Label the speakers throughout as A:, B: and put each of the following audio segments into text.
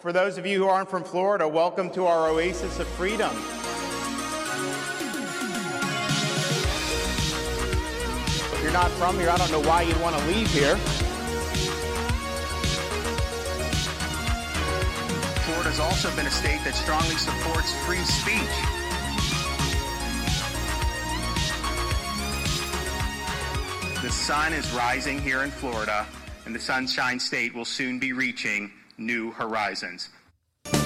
A: For those of you who aren't from Florida, welcome to our oasis of freedom. If you're not from here, I don't know why you'd want to leave here.
B: Florida's also been a state that strongly supports free speech. The sun is rising here in Florida, and the Sunshine State will soon be reaching new horizons.
C: I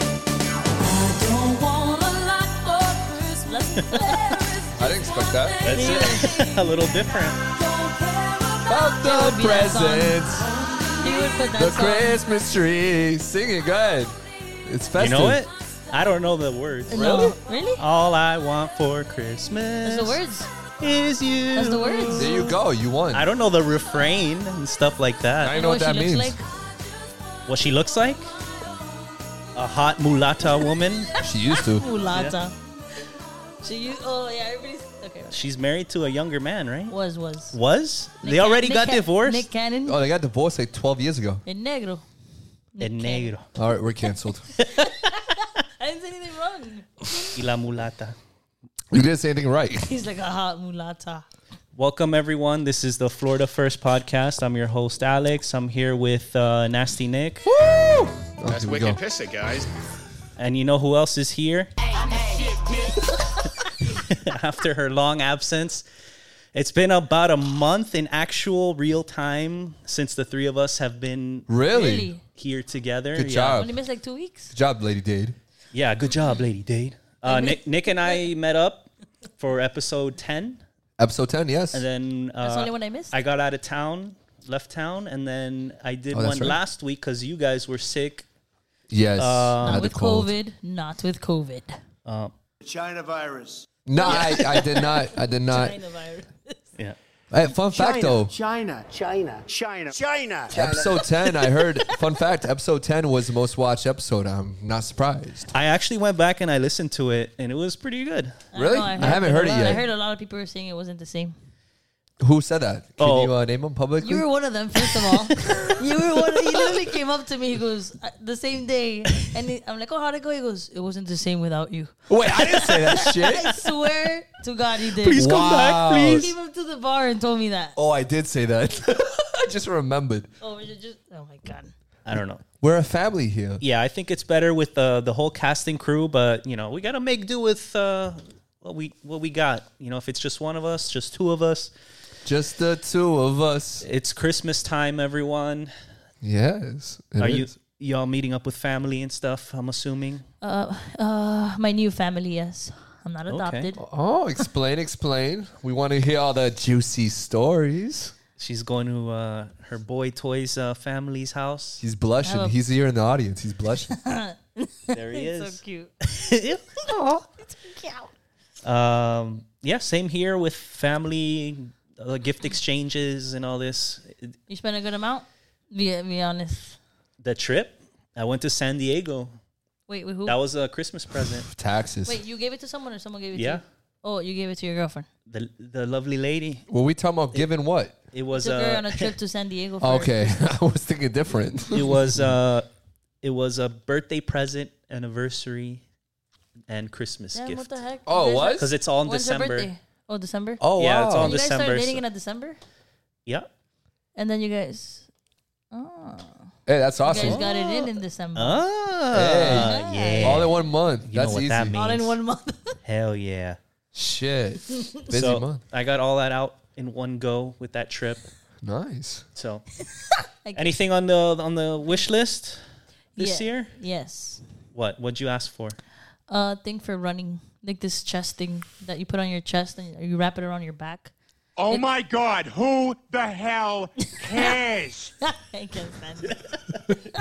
C: didn't expect that.
D: That's it. a little different.
C: Of the
E: be that song.
C: presents,
E: He would put that
C: the
E: song.
C: Christmas tree. Sing it good. It's
D: You
C: festive.
D: know it? I don't know the words.
E: No. Really?
D: All I want for Christmas
E: That's the words.
D: is you.
E: That's the words.
C: There you go. You won.
D: I don't know the refrain and stuff like
C: Now
D: that.
C: you know what that
E: she looks
C: means.
E: Like.
D: What she looks like? A hot mulatta woman.
C: She used to.
E: Mulata. She used, oh yeah, everybody's okay.
D: She's married to a younger man, right?
E: Was was.
D: Was?
E: Nick
D: they
E: Can-
D: already
E: Nick
D: got
E: Ca-
D: divorced?
E: Nick Cannon.
C: Oh, they got divorced like 12 years ago.
E: El negro.
D: El
E: Cannon.
D: negro
C: All right, we're canceled.
E: I didn't say anything wrong.
D: y la mulata.
C: you didn't say anything right.
E: He's like a hot mulata.
D: Welcome, everyone. This is the Florida First Podcast. I'm your host, Alex. I'm here with uh, Nasty Nick.
C: Oh,
B: That's
C: here we go.
B: wicked piss it, guys.
D: And you know who else is here? After her long absence, it's been about a month in actual real time since the three of us have been
C: Really?
E: Really?
D: here together.
C: Good
D: yeah.
C: job.
E: Only missed like two weeks.
D: Uh,
C: Good job, Lady Dade.
D: Yeah, good job, Lady Dade. Uh, Nick, Nick and I met up for episode 10.
C: Episode 10, yes.
D: And then uh,
E: That's the only one I missed.
D: I got out of town, left town, and then I did
C: Oh,
D: one
C: that's right.
D: last week because you guys were sick. uh,
C: yes. I
E: not
C: had a
E: with
C: cold.
E: COVID. Not with COVID.
F: China virus.
C: No, I, I did not. I did not.
E: China virus.
D: Yeah.
C: Hey, fun fact, though.
F: China. China. China. China.
C: Episode 10, I heard, fun fact, episode 10 was the most watched episode. I'm not surprised.
D: I actually went back and I listened to it, and it was pretty good.
C: Really?
E: know,
C: I haven't heard it
E: I
C: yet.
E: heard a lot of people were saying it wasn't the same.
C: Who said that? Can
D: Oh.
C: you uh, name them publicly?
E: You were one of them, first of all. you were one. Of, he literally came up to me. He goes "Uh, the same day, and he, I'm like, "Oh, how'd it go?" He goes, "It wasn't the same without you."
C: Wait, I didn't say that
E: I
C: shit.
E: swear to God, he did.
D: Please come
C: Wow.
D: back,
E: He
D: please.
E: came up to the bar and told me that.
C: Oh, I did say that. I just remembered.
E: Oh, we should just, oh my God.
D: I don't know.
C: We're a family here.
D: Yeah, I think it's better with the the whole casting crew, but you know, we gotta make do with uh, what we what we got. You know, if it's just one of us, just two of us,
C: Just the two of us.
D: it's Christmas time, everyone.
C: Yes. it
D: Are you
C: is.
D: y'all meeting up with family and stuff? I'm assuming.
E: Uh, my new family, yes. I'm not adopted.
C: Oh, explain, explain. We want to hear all the juicy stories.
D: She's going to uh, her boy Toy's uh, family's house.
C: He's blushing.
E: Oh.
C: He's here in the audience. He's blushing.
D: There he
E: It's
D: is.
E: so cute.
D: um, yeah, same here with family, uh, gift exchanges, and all this.
E: You spent a good amount? Be, be honest.
D: The trip, I went to San Diego.
E: Wait, wait, who?
D: That was a Christmas present.
C: Taxes.
E: wait, you gave it to someone or someone gave it to
D: Yeah.
E: you? Oh, you gave it to your girlfriend.
D: the the lovely lady.
C: Were we talking about giving what?
D: It was
E: Took her on
D: uh,
E: a trip to San Diego. For
C: Okay, I was thinking different.
D: it was uh, it was a birthday present, anniversary, and Christmas
E: Damn,
D: gift.
E: what the heck?
C: Oh,
E: You guys
C: what?
E: are-
D: Because it's all in
E: When's her
D: December.
E: birthday? Oh, December?
C: Oh,
D: Yeah,
C: wow.
D: it's on
E: you guys
D: December,
E: started dating
D: so-
E: in a December?
D: Yeah.
E: And then you guys,
C: Hey, that's
E: you guys
C: awesome.
E: got it in in December.
D: Ah,
E: Hey.
D: yeah.
C: All in one month.
D: You know
C: that's
D: what
C: easy.
D: that means.
E: All in one month.
D: Hell yeah.
C: Shit. Busy
D: so
C: month.
D: I got all that out in one go with that trip.
C: Nice.
D: So,
E: Like-
D: anything on the on the wish list this
E: Yeah.
D: year?
E: Yes.
D: What? What'd you ask for?
E: Uh, thing for running, like this chest thing that you put on your chest and you wrap it around your back.
F: Oh my God! Who the hell cares?
E: I can't stand it.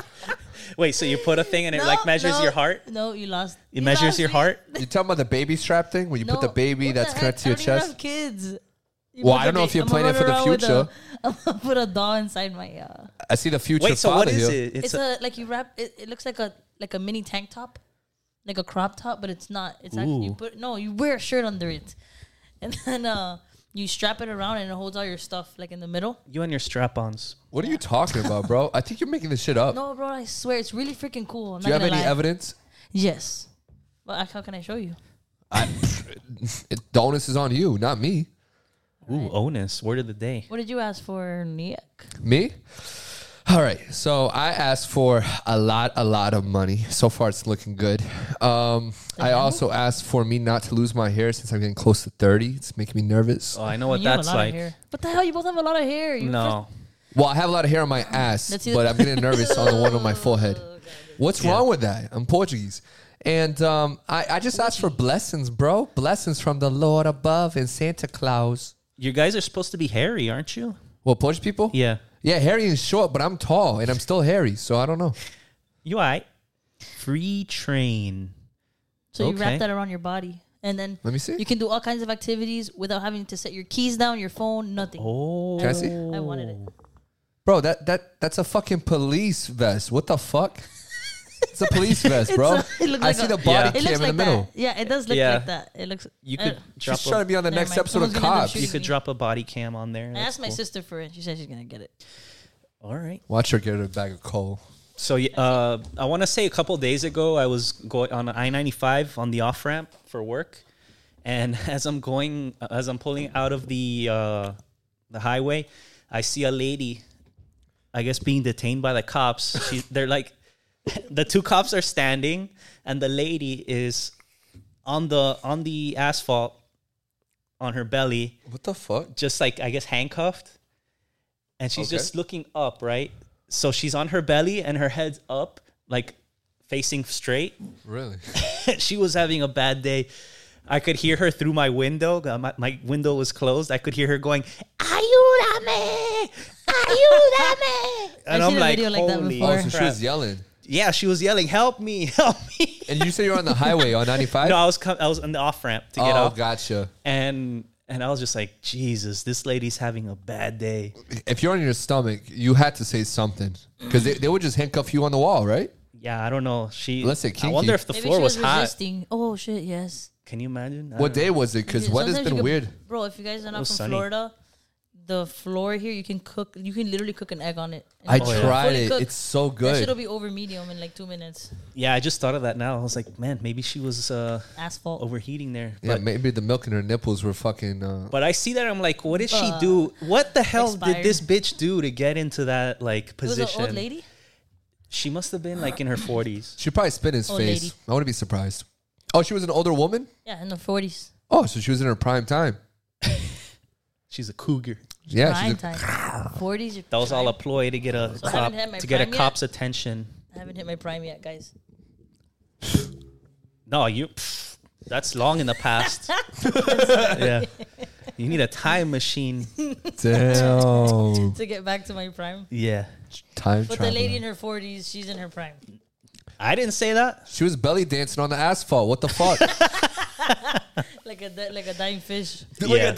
D: Wait, so you put a thing and it
E: No,
D: like measures
E: no,
D: your heart?
E: No, you lost.
D: It measures your heart.
C: You talking about the baby strap thing where you put the baby that's connected to your chest?
E: Have kids. You
C: Well,
E: put
C: I don't
E: the
C: know if
E: ba-
C: you're
E: I'ma
C: planning
E: run
C: it for the
E: around with
C: future.
E: A, I'm gonna put a doll inside my. Uh,
C: I see the future
D: Wait, so what
C: father
D: is
C: here.
D: it?
E: it's a, like you wrap. It, it looks like a like a mini tank top, like a crop top, but it's not. It's actually you
D: Ooh.
E: put no. You wear a shirt under it, and then uh, you strap it around and it holds all your stuff like in the middle.
D: You and your strap-ons.
C: What are you talking about, bro? I think you're making this shit up.
E: No, bro, I swear it's really freaking cool. I'm
C: Do you
E: not
C: have
E: gonna
C: any
E: lie.
C: evidence?
E: Yes. Well, I- how can I show you?
C: It, the onus is on you, not me.
D: Ooh, onus. Word of the day.
E: What did you ask for, Nick?
C: Me? All right. So I asked for a lot, a lot of money. So far, it's looking good. Um, I also asked for me not to lose my hair since I'm getting close to 30. It's making me nervous.
D: Oh, I know what
E: you have a
D: that's
E: lot
D: like.
E: of hair. What the hell? You both have a lot of hair. You
D: No.
C: Well, I have a lot of hair on my ass,
E: That's it.
C: but I'm getting nervous on the one on my forehead. What's wrong with that? I'm Portuguese. And um, I, I just asked for blessings, bro. Blessings from the Lord above and Santa Claus.
D: You guys are supposed to be hairy, aren't you?
C: Well, Portuguese people?
D: Yeah.
C: Yeah, hairy and short, but I'm tall and I'm still hairy, so I don't know.
D: You all right? Free train.
E: So you
D: Okay.
E: wrap that around your body, and then
C: Let me see.
E: You can do all kinds of activities without having to set your keys down, your phone, nothing.
D: Oh.
C: Can I see?
E: I wanted it.
C: Bro, that that that's a fucking police vest. What the fuck? It's a police vest, bro. I
E: It's a- it looks like
C: see
E: a-
C: the body
D: Yeah.
E: It
C: cam
E: looks like
C: in the middle.
E: that. Yeah, it does look
D: Yeah.
E: like that. It looks. uh,
D: You
E: I-
D: could drop
C: She's
D: a,
C: trying to be on the
E: Never
C: next
E: mind.
C: episode
E: Someone's
C: of
E: gonna end up
C: Cops.
D: you
E: shooting.
D: could drop a body cam on there.
E: I
D: That's
E: asked my
D: cool.
E: sister for it. She said she's gonna get it.
D: All right.
C: Watch her get a bag of coal.
D: So y- uh, I want to say a couple days ago, I was going on I ninety five on the off ramp for work, and as I'm going, uh, as I'm pulling out of the uh, the highway, I see a lady, I guess being detained by the cops. She, they're like, the two cops are standing, and the lady is on the on the asphalt on her belly
C: What the fuck?
D: just like I guess handcuffed, and she's
C: Okay.
D: just looking up, right? So she's on her belly and her head's up, like facing straight.
C: Really?
D: she was having a bad day. I could hear her through my window. Uh, My, my window was closed. I could hear her going, "Ayúdame, ayúdame,"
E: I've
D: and I'm
E: seen a
D: like,
E: video like that
D: "Holy
E: before." Oh,
C: So she
D: crap."
C: was yelling.
D: yeah, she was yelling, "Help me, help me!"
C: And you say you're on the highway on 95?
D: no, I was com- I was on the off ramp to
C: oh,
D: get out,
C: gotcha.
D: and and I was just like, "Jesus, this lady's having a bad day."
C: If you're on your stomach, you had to say something. Because they, they would just handcuff you on the wall, right?
D: Yeah, I don't know. She.
C: Let's say
D: I
C: kinky.
D: wonder if the
E: Maybe
D: floor
E: she
D: was,
E: was,
D: hot.
E: resisting. Oh shit! Yes.
D: Can you imagine? Uh, I
C: What
D: don't
C: day was it? Because
E: Uh, Yeah,
C: weather's
E: sometimes
C: been
E: you can-
C: weird.
E: Bro, if you guys are
D: It
E: not from
D: was sunny.
E: Florida, the floor here you can cook. You can literally cook an egg on it. and
D: Oh,
C: I
E: it's fully
C: tried it.
E: cooked.
C: It's so
E: That shit'll
C: good.
E: be over medium in like two minutes.
D: know. Yeah, I just thought of that now. I was like, man, maybe she was uh,
E: Asphalt.
D: overheating there.
C: Yeah,
D: But,
C: maybe the milk in her nipples were fucking. Uh,
D: but I see that I'm like, what did she do? What the hell did
E: Uh, expired.
D: this bitch do to get into that like
E: It was
D: position?
E: an old lady.
D: She must have been like in her 40s.
C: she probably spit in his
E: Old
C: face.
E: lady.
C: I wouldn't be surprised. Oh, she was an older woman?
E: Yeah, in the forties.
C: Oh, so she was in her prime time.
D: She's a cougar.
C: Yeah,
E: prime
C: she's a,
E: time. Forties.
D: That was all a ploy to get a
E: I
D: cop,
E: haven't had my
D: to get a
E: prime yet?
D: cop's attention.
E: I haven't hit my prime yet, guys.
D: No, you. pff, that's long in the past. yeah, you need a time machine.
C: damn
E: To get back to my prime.
D: Yeah,
C: time
E: But
C: travel.
E: the lady in her forties, she's in her prime.
D: I didn't say that.
C: She was belly dancing on the asphalt. What the fuck?
E: Like a di- like a dying fish.
D: yeah.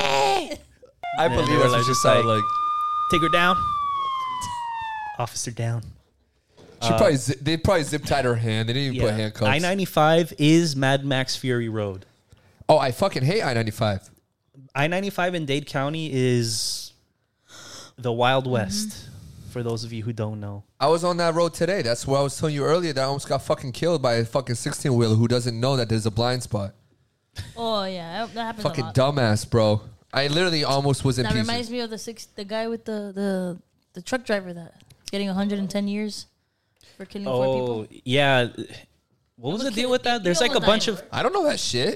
C: I
D: they
C: believe
D: were
C: that's
D: like
C: what she
D: just
C: sounded
D: like-
C: like.
D: Take her down. Officer down.
C: She probably zi- they probably zip tied her hand. They didn't even put handcuffs.
D: uh, I ninety five is Mad Max Fury Road.
C: oh, I fucking hate I ninety five.
D: I ninety five in Dade County is the Wild
E: Mm-hmm.
D: West. For those of you who don't know,
C: I was on that road today. That's where I was telling you earlier that I almost got fucking killed by a fucking sixteen wheeler who doesn't know that there's a blind spot.
E: Oh yeah, that- that happens
C: Fucking
E: a lot.
C: dumbass, bro. I literally almost was in
E: That
C: pieces.
E: reminds me of the six, the guy with the the the truck driver that getting 110 years Oh, for killing four
D: Oh.
E: people.
D: yeah, what was the
E: was
D: deal
E: kid-
D: with that? There's
E: he
D: like a
E: almost
D: bunch
E: died.
D: of
C: I don't know that shit.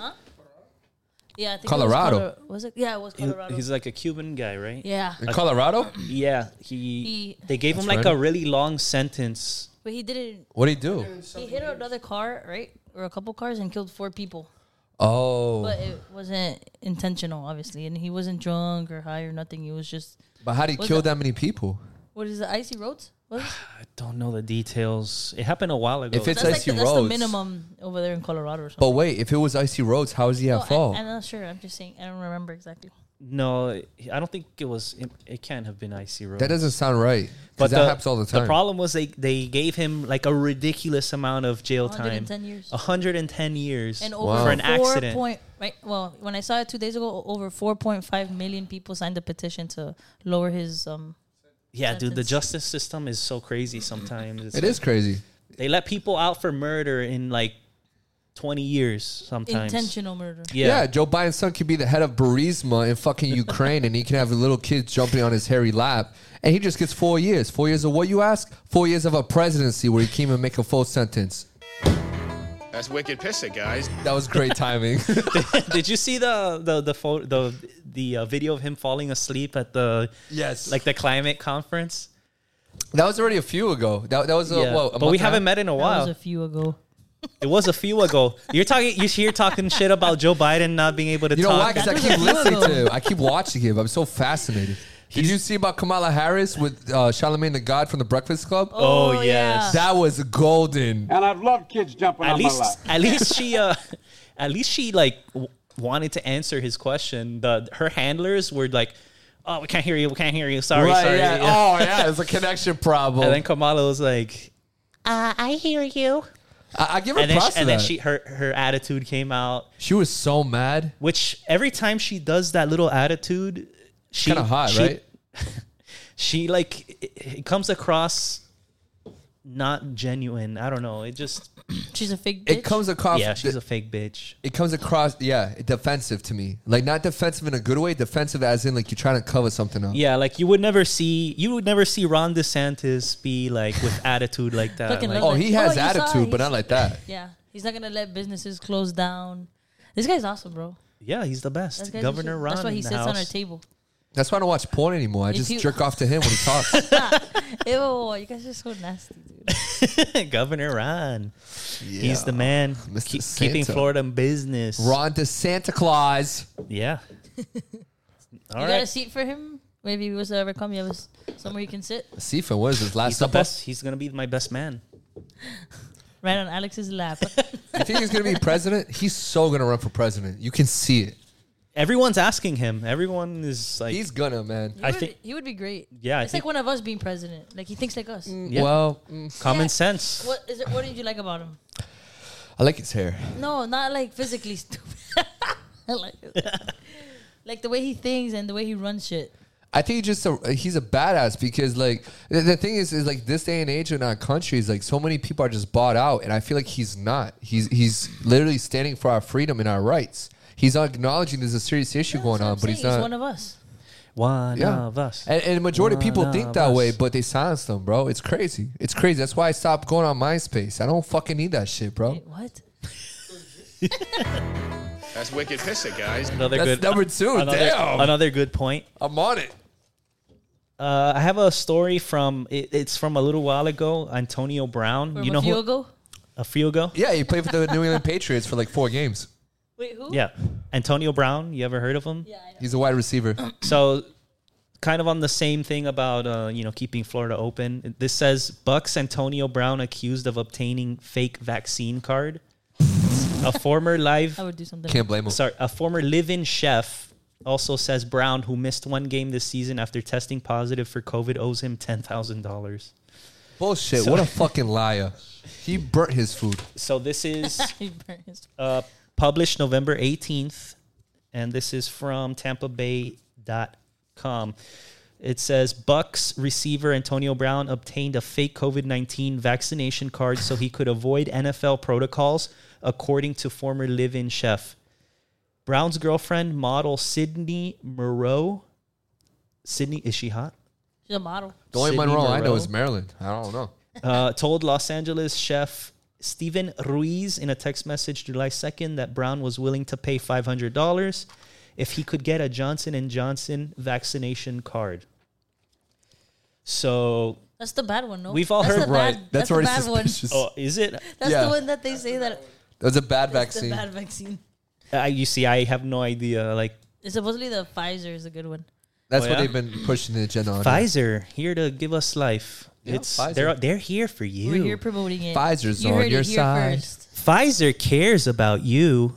E: Yeah, I think
C: Colorado.
E: It was, Color- was it? Yeah, it was Colorado.
D: he's like a Cuban guy, right?
E: yeah,
C: In Colorado?
D: Yeah, he,
E: He-
D: they gave him like
C: right.
D: a really long sentence.
E: but he did it.
C: What do you do?
E: He hit another car, right, or a couple cars, and killed four people.
C: Oh,
E: But it wasn't intentional, obviously, and he wasn't drunk or high or nothing. He was just
C: but how do you
E: was
C: kill
E: it-
C: that many people?
E: what is it? Icy roads? What is it?
D: I don't know the details. It happened a while ago.
C: If it's
E: That's
C: icy
E: like the, that's
C: roads,
E: the minimum over there in Colorado or something.
C: but wait, if it was icy roads, how is he at
E: No,
C: fault?
E: I, am not sure. I'm just saying. I don't remember exactly.
D: No, I don't think it was. It, it can't have been icy road.
C: That doesn't sound right. But that happens all the time.
D: problem was they they gave him like a ridiculous amount of jail time.
E: 110 years.
D: 110 years
E: And
C: Wow.
E: over
D: for an
E: four
D: accident.
E: point right. Well, when I saw it two days ago, o- over 4.5 million people signed a petition to lower his. Um,
D: yeah, dude, the
E: sentence.
D: justice system is so crazy sometimes. It's
C: it is crazy.
D: They let people out for murder in like 20 years sometimes.
E: intentional murder.
D: Yeah.
C: Yeah. Joe Biden's son could be the head of Burisma in fucking Ukraine, and he can have little kids jumping on his hairy lap, and he just gets four years. Four years of what you ask? Four years of a presidency where he can't even make a full sentence.
A: That's wicked pissing, guys.
C: That was great timing.
D: Did you see the the the photo, the the uh, video of him falling asleep at the
C: yes,
D: like the climate conference?
C: that was already a few ago. That, that was a,
D: yeah.
C: whoa, a
D: but
C: month
D: we
C: and a half?
D: haven't met in a
E: That
D: while.
E: was a few ago.
D: It was a few ago. You're talking. You're here talking shit about Joe Biden not being able to
C: You know why?
D: talk.
C: Because I
E: was a
C: keep
E: few
C: listening
E: ago.
C: to him. I keep watching him. I'm so fascinated. Did you see about Kamala Harris with uh, Charlemagne the God from the Breakfast Club?
D: Oh, yes.
C: That was golden.
F: And I love kids jumping
D: at least, at least she, uh, at least she like w- wanted to answer his question. The her handlers were like, "Oh, we can't hear you. We can't hear you. Sorry,
C: Right,
D: sorry."
C: yeah.
D: Yeah.
C: Oh, yeah. It's a connection problem.
D: And then Kamala was like,
C: I, I give her
D: and then,
C: props
D: she,
C: for
D: and then
C: that.
D: she her her attitude came out.
C: She was so mad.
D: Which every time she does that little attitude, she
C: Kind of hot,
D: she-
C: right?
D: She like it, it comes across not genuine. I don't know. It just
E: She's a fake bitch.
C: It comes across.
D: yeah, she's a fake bitch.
C: it comes across. Yeah, defensive to me. Like not defensive in a good way. Defensive as in like you're trying to cover something up.
D: Yeah, like you would never see you would never see Ron DeSantis be like with attitude like that.
E: Fucking
D: Like,
E: love
C: Oh, he
E: Oh,
C: has
E: you saw
C: attitude, but
E: he's-
C: not like that.
E: Yeah, he's not gonna let businesses close down. This guy's awesome, bro.
D: yeah, he's the
E: This
D: best.
E: guy's
D: Governor
E: awesome.
D: Ron.
E: That's why he
D: in the
E: sits on our
D: house.
E: table.
C: That's why I don't watch porn anymore. I
E: If
C: just
E: you-
C: jerk off to him when he talks.
E: Ew, you guys are so nasty, dude.
D: Governor Ron. He's
C: Yeah.
D: the man.
C: Mr.
D: Keep- keeping
C: Santo.
D: Florida in business.
C: Ron to Santa Claus.
D: Yeah. All
E: you got a
D: right.
E: seat for him? Maybe he was to ever come, you have a s- somewhere you can sit
C: Sifa, what is his last
D: He's the
C: supper?
D: best. He's gonna be my best man.
E: right on Alex's lap.
C: You think he's gonna be president? He's so gonna run for president. You can see it.
D: Everyone's asking him. Everyone is like,
C: He's gonna, man.
E: He
D: I
E: would,
D: think-
E: he would be great.
D: Yeah, I
E: it's
D: think-
E: like one of us being president. Like he thinks like us.
D: Yeah.
C: Well, mm,
D: common
E: Yeah.
D: sense.
E: What is it? What did you like about him?
C: I like his hair.
E: No, not like physically stupid. I like, it. like the way he thinks and the way he runs shit.
C: I think he's just a, he's a badass because like the, the thing is is like this day and age in our country is like so many people are just bought out and I feel like he's not. He's he's literally standing for our freedom and our rights. He's not acknowledging there's a serious issue
E: That's
C: going
E: what
C: on,
E: I'm
C: but he's
E: saying.
C: not.
E: one of us.
D: One
C: yeah,
D: of us.
C: and, and the majority of people
D: One
C: think
D: of
C: that
D: us.
C: way, but they silence them, bro. It's crazy. It's crazy. That's why I stopped going on MySpace. I don't fucking need that shit, bro.
E: Wait, what?
A: That's wicked pissing, guys.
D: Another
C: That's
D: good
C: number two.
D: Another,
C: Damn.
D: another good point.
C: I'm on it.
D: Uh, I have a story from it, it's from a little while ago. Antonio Brown.
E: From
D: you know
E: a few
D: who?
E: ago?
D: A few ago.
C: Yeah, he played for the New England Patriots for like four games.
E: Wait, who?
D: Yeah, Antonio Brown. You ever heard of him?
E: Yeah, I know.
C: He's a wide receiver.
D: So, kind of on the same thing about uh, you know keeping Florida open. This says Bucks Antonio Brown accused of obtaining fake vaccine card. a former live
E: I would do something.
C: Can't blame him.
D: sorry, a former live-in chef also says Brown, who missed one game this season after testing positive for COVID, owes him ten thousand dollars.
C: Bullshit.
D: So-
C: what a fucking liar. He burnt his food.
D: So this is
E: He burned his-
D: uh, published November eighteenth, and this is from TampaBay.com. It says Bucks receiver Antonio Brown obtained a fake COVID nineteen vaccination card so he could avoid NFL protocols, according to former live-in chef. Brown's girlfriend, model Sydney Moreau. Sydney, is she hot?
E: She's a model.
C: The only
D: Sidney
C: Monroe I know
D: Monroe?
C: is Maryland. I don't know.
D: uh, told Los Angeles chef Steven Ruiz in a text message July 2nd that Brown was willing to pay $500 if he could get a Johnson and Johnson vaccination card. So,
E: That's the bad one, no?
D: We've all
E: that's
D: heard-
E: the
C: Right.
E: bad,
C: that's
E: that's the
C: already
E: bad one.
C: suspicious.
D: oh, is it?
E: That's
C: Yeah.
E: the one that they say that
C: That was a bad
E: it's the
C: vaccine.
E: bad vaccine.
D: I you see, I have no idea. Like
E: It's supposedly the Pfizer is a good one.
C: That's
D: Oh,
C: what
D: yeah?
C: they've been pushing the agenda on.
D: Pfizer here to give us life.
C: Yeah,
D: it's
C: Pfizer.
D: they're they're here for you.
E: We're here promoting it.
C: Pfizer's
E: You
C: on
E: heard
C: your
E: it here
C: side.
E: first.
D: Pfizer cares about you.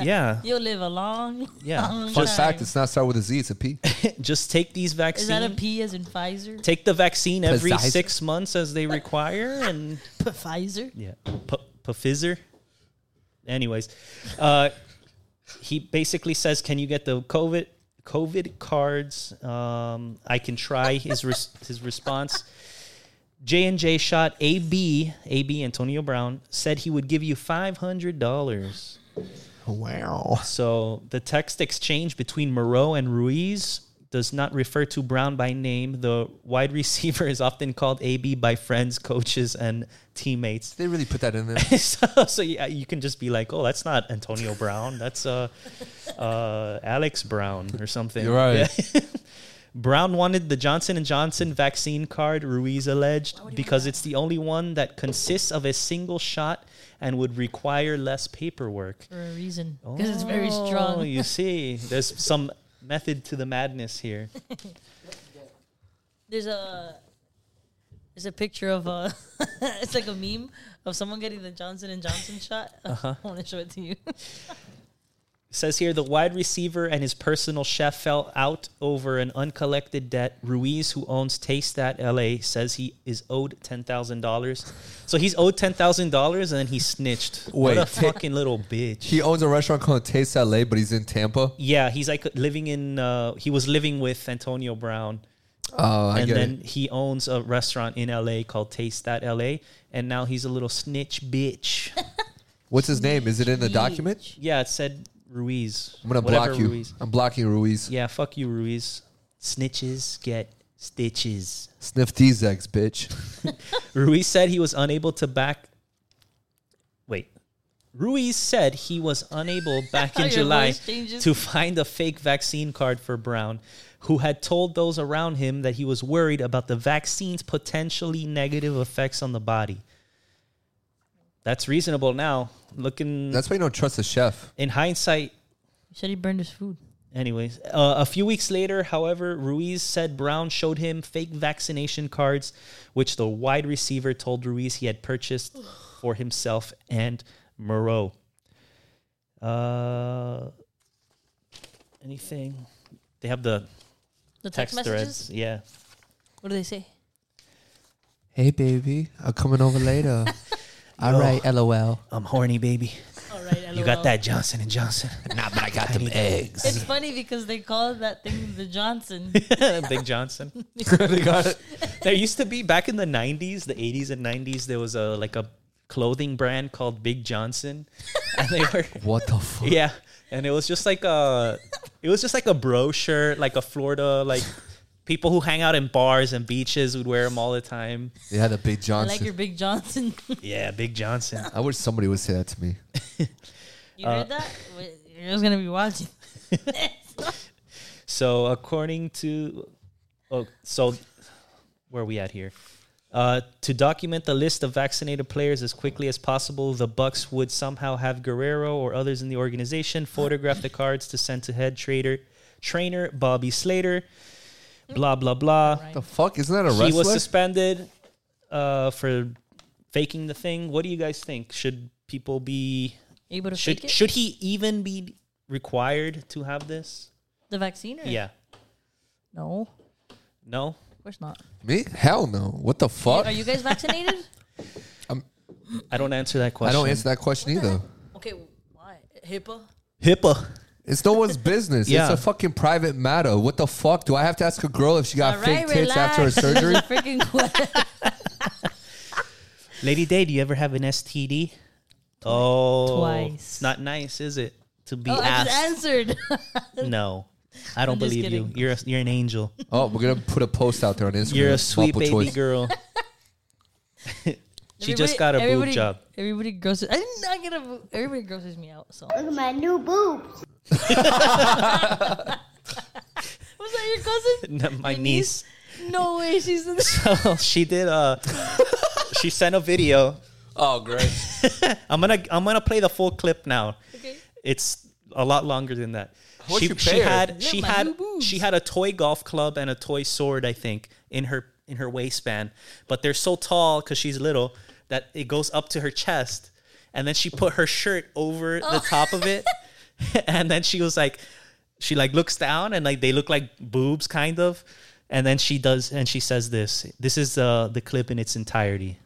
D: yeah,
E: You'll live a long,
D: Yeah.
E: long
D: Fun
C: Fun
E: time.
C: fact, it's not start with a Z, it's a P.
D: just take these
E: Is
D: vaccines.
E: that a P as in Pfizer?
D: take the vaccine every
C: Pfizer.
D: six months as they require, and
E: Pfizer?
D: yeah, P- Pfizer. Anyways, uh, he basically says, "Can you get the COVID COVID cards?" Um, I can try his res- his response. J and J shot AB AB Antonio Brown said he would give you five hundred dollars.
C: Wow.
D: So the text exchange between Moreau and Ruiz does not refer to Brown by name. The wide receiver is often called AB by friends, coaches, and teammates.
C: They really put that in there.
D: so, so yeah, you can just be like, "Oh, that's not Antonio Brown. That's uh, uh, Alex Brown or something."
C: You're right.
D: Yeah. Brown wanted the Johnson and Johnson vaccine card. Ruiz alleged because it's the only one that consists of a single shot and would require less paperwork.
E: For a reason. Because it's very
D: Oh,
E: strong.
D: you see, there's some method to the madness here.
E: There's a there's a picture of a it's like a meme of someone getting the Johnson and Johnson shot.
D: Uh-huh.
E: I want to show it to you.
D: It says here the wide receiver and his personal chef fell out over an uncollected debt. Ruiz, who owns Taste That LA, says he is owed ten thousand dollars. So he's owed ten thousand dollars and then he snitched.
C: Wait,
D: what a
C: ta-
D: fucking little bitch.
C: He owns a restaurant called Taste LA, but he's in Tampa.
D: Yeah, he's like living in. Uh, he was living with Antonio Brown.
C: Oh, I
D: and
C: get
D: then
C: it.
D: he owns a restaurant in LA called Taste That LA, and now he's a little snitch bitch.
C: What's his name? Is it in the document?
D: Yeah, it said Ruiz.
C: I'm gonna
D: Whatever
C: block you.
D: Ruiz.
C: I'm blocking Ruiz.
D: Yeah, fuck you, Ruiz. Snitches get stitches.
C: Sniff these eggs, bitch.
D: Ruiz said he was unable to back. Wait. Ruiz said he was unable back
E: Your
D: in
E: voice
D: July
E: changes.
D: to find a fake vaccine card for Brown, who had told those around him that he was worried about the vaccine's potentially negative effects on the body. That's reasonable now. Looking
C: That's why you don't trust a chef.
D: in hindsight,
E: Should he burn his food?
D: Anyways, uh, a few weeks later, however, Ruiz said Brown showed him fake vaccination cards, which the wide receiver told Ruiz he had purchased for himself and Moreau. Uh, anything? They have the
E: The text,
D: text,
E: messages?
D: threads. Yeah.
E: What do they say?
C: Hey, baby, I'm coming over later. All right, LOL.
D: I'm horny, baby.
E: All right,
D: You got that Johnson and Johnson.
C: Nah, but I got them eggs.
E: It's funny because they call that thing the Johnson.
D: Big Johnson.
C: they got it.
D: There used to be back in the '90s, the '80s and '90s. There was a like a clothing brand called Big Johnson, and they were.
C: What the fuck?
D: Yeah, and it was just like a, it was just like a bro shirt, like a Florida, like people who hang out in bars and beaches would wear them all the time.
C: They had a big
E: I
C: Johnson. I,
E: like your big Johnson.
D: Yeah, Big Johnson.
C: wish somebody would say that to me.
E: You
D: Uh,
E: heard that? Wait, You're just gonna be watching.
D: So according to, oh, so where are we at here? Uh, to document the list of vaccinated players as quickly as possible, the Bucks would somehow have Guerrero or others in the organization photograph the cards to send to head trader, trainer Bobby Slater. Blah blah blah.
C: The fuck? Isn't that a
D: he
C: wrestler?
D: was suspended uh, for faking the thing. What do you guys think? Should people be
E: Able to fake
D: should
E: it?
D: should he even be required to have this?
E: the vaccine? Or
D: Yeah.
E: No,
D: No.
E: of course not.
C: me? Hell no. What the fuck?
E: Are you guys vaccinated?
D: I don't answer that
C: I
D: question.
C: don't answer that question either.
E: okay, why HIPAA?
D: HIPAA.
C: It's no one's business.
D: Yeah.
C: It's a fucking private matter. What the fuck? Do I have to ask a girl if she got
E: All
C: fake
E: right,
C: tits after her
E: relax.
C: surgery?
E: There's a freaking question.
D: Lady Day, do you ever have an STD? Oh,
E: Twice.
D: It's not nice, is it? To be
E: Oh, I just
D: asked.
E: answered.
D: No. I don't
E: just
D: believe you.
E: kidding.
D: You're a, you're an angel.
C: oh, we're gonna put a post out there on Instagram.
D: You're a sweet
C: Multiple
D: baby
C: choice.
D: girl. she
E: Everybody-
D: just got a boob
E: everybody-
D: job.
E: Everybody grosses. I did not get a. boob- Everybody grosses me out. So
G: Look at my new boobs.
E: was that your cousin?
D: My
E: Your
D: niece.
E: No way. She's in.
D: So she did uh she sent a video.
C: Oh, great.
D: I'm gonna I'm gonna play the full clip now.
E: Okay.
D: It's a lot longer than that.
C: much
D: she
C: you
D: she
C: pay her?
D: had she
E: my new
D: had
E: boobs.
D: she had a toy golf club and a toy sword, I think, in her in her waistband. But they're so tall because she's little
E: Oh.
D: that it goes up to her chest, and then she put her shirt over the top of it. and then she was like, she like looks down and like they look like boobs kind of, and then she does and she says this. This is uh, the clip in its entirety.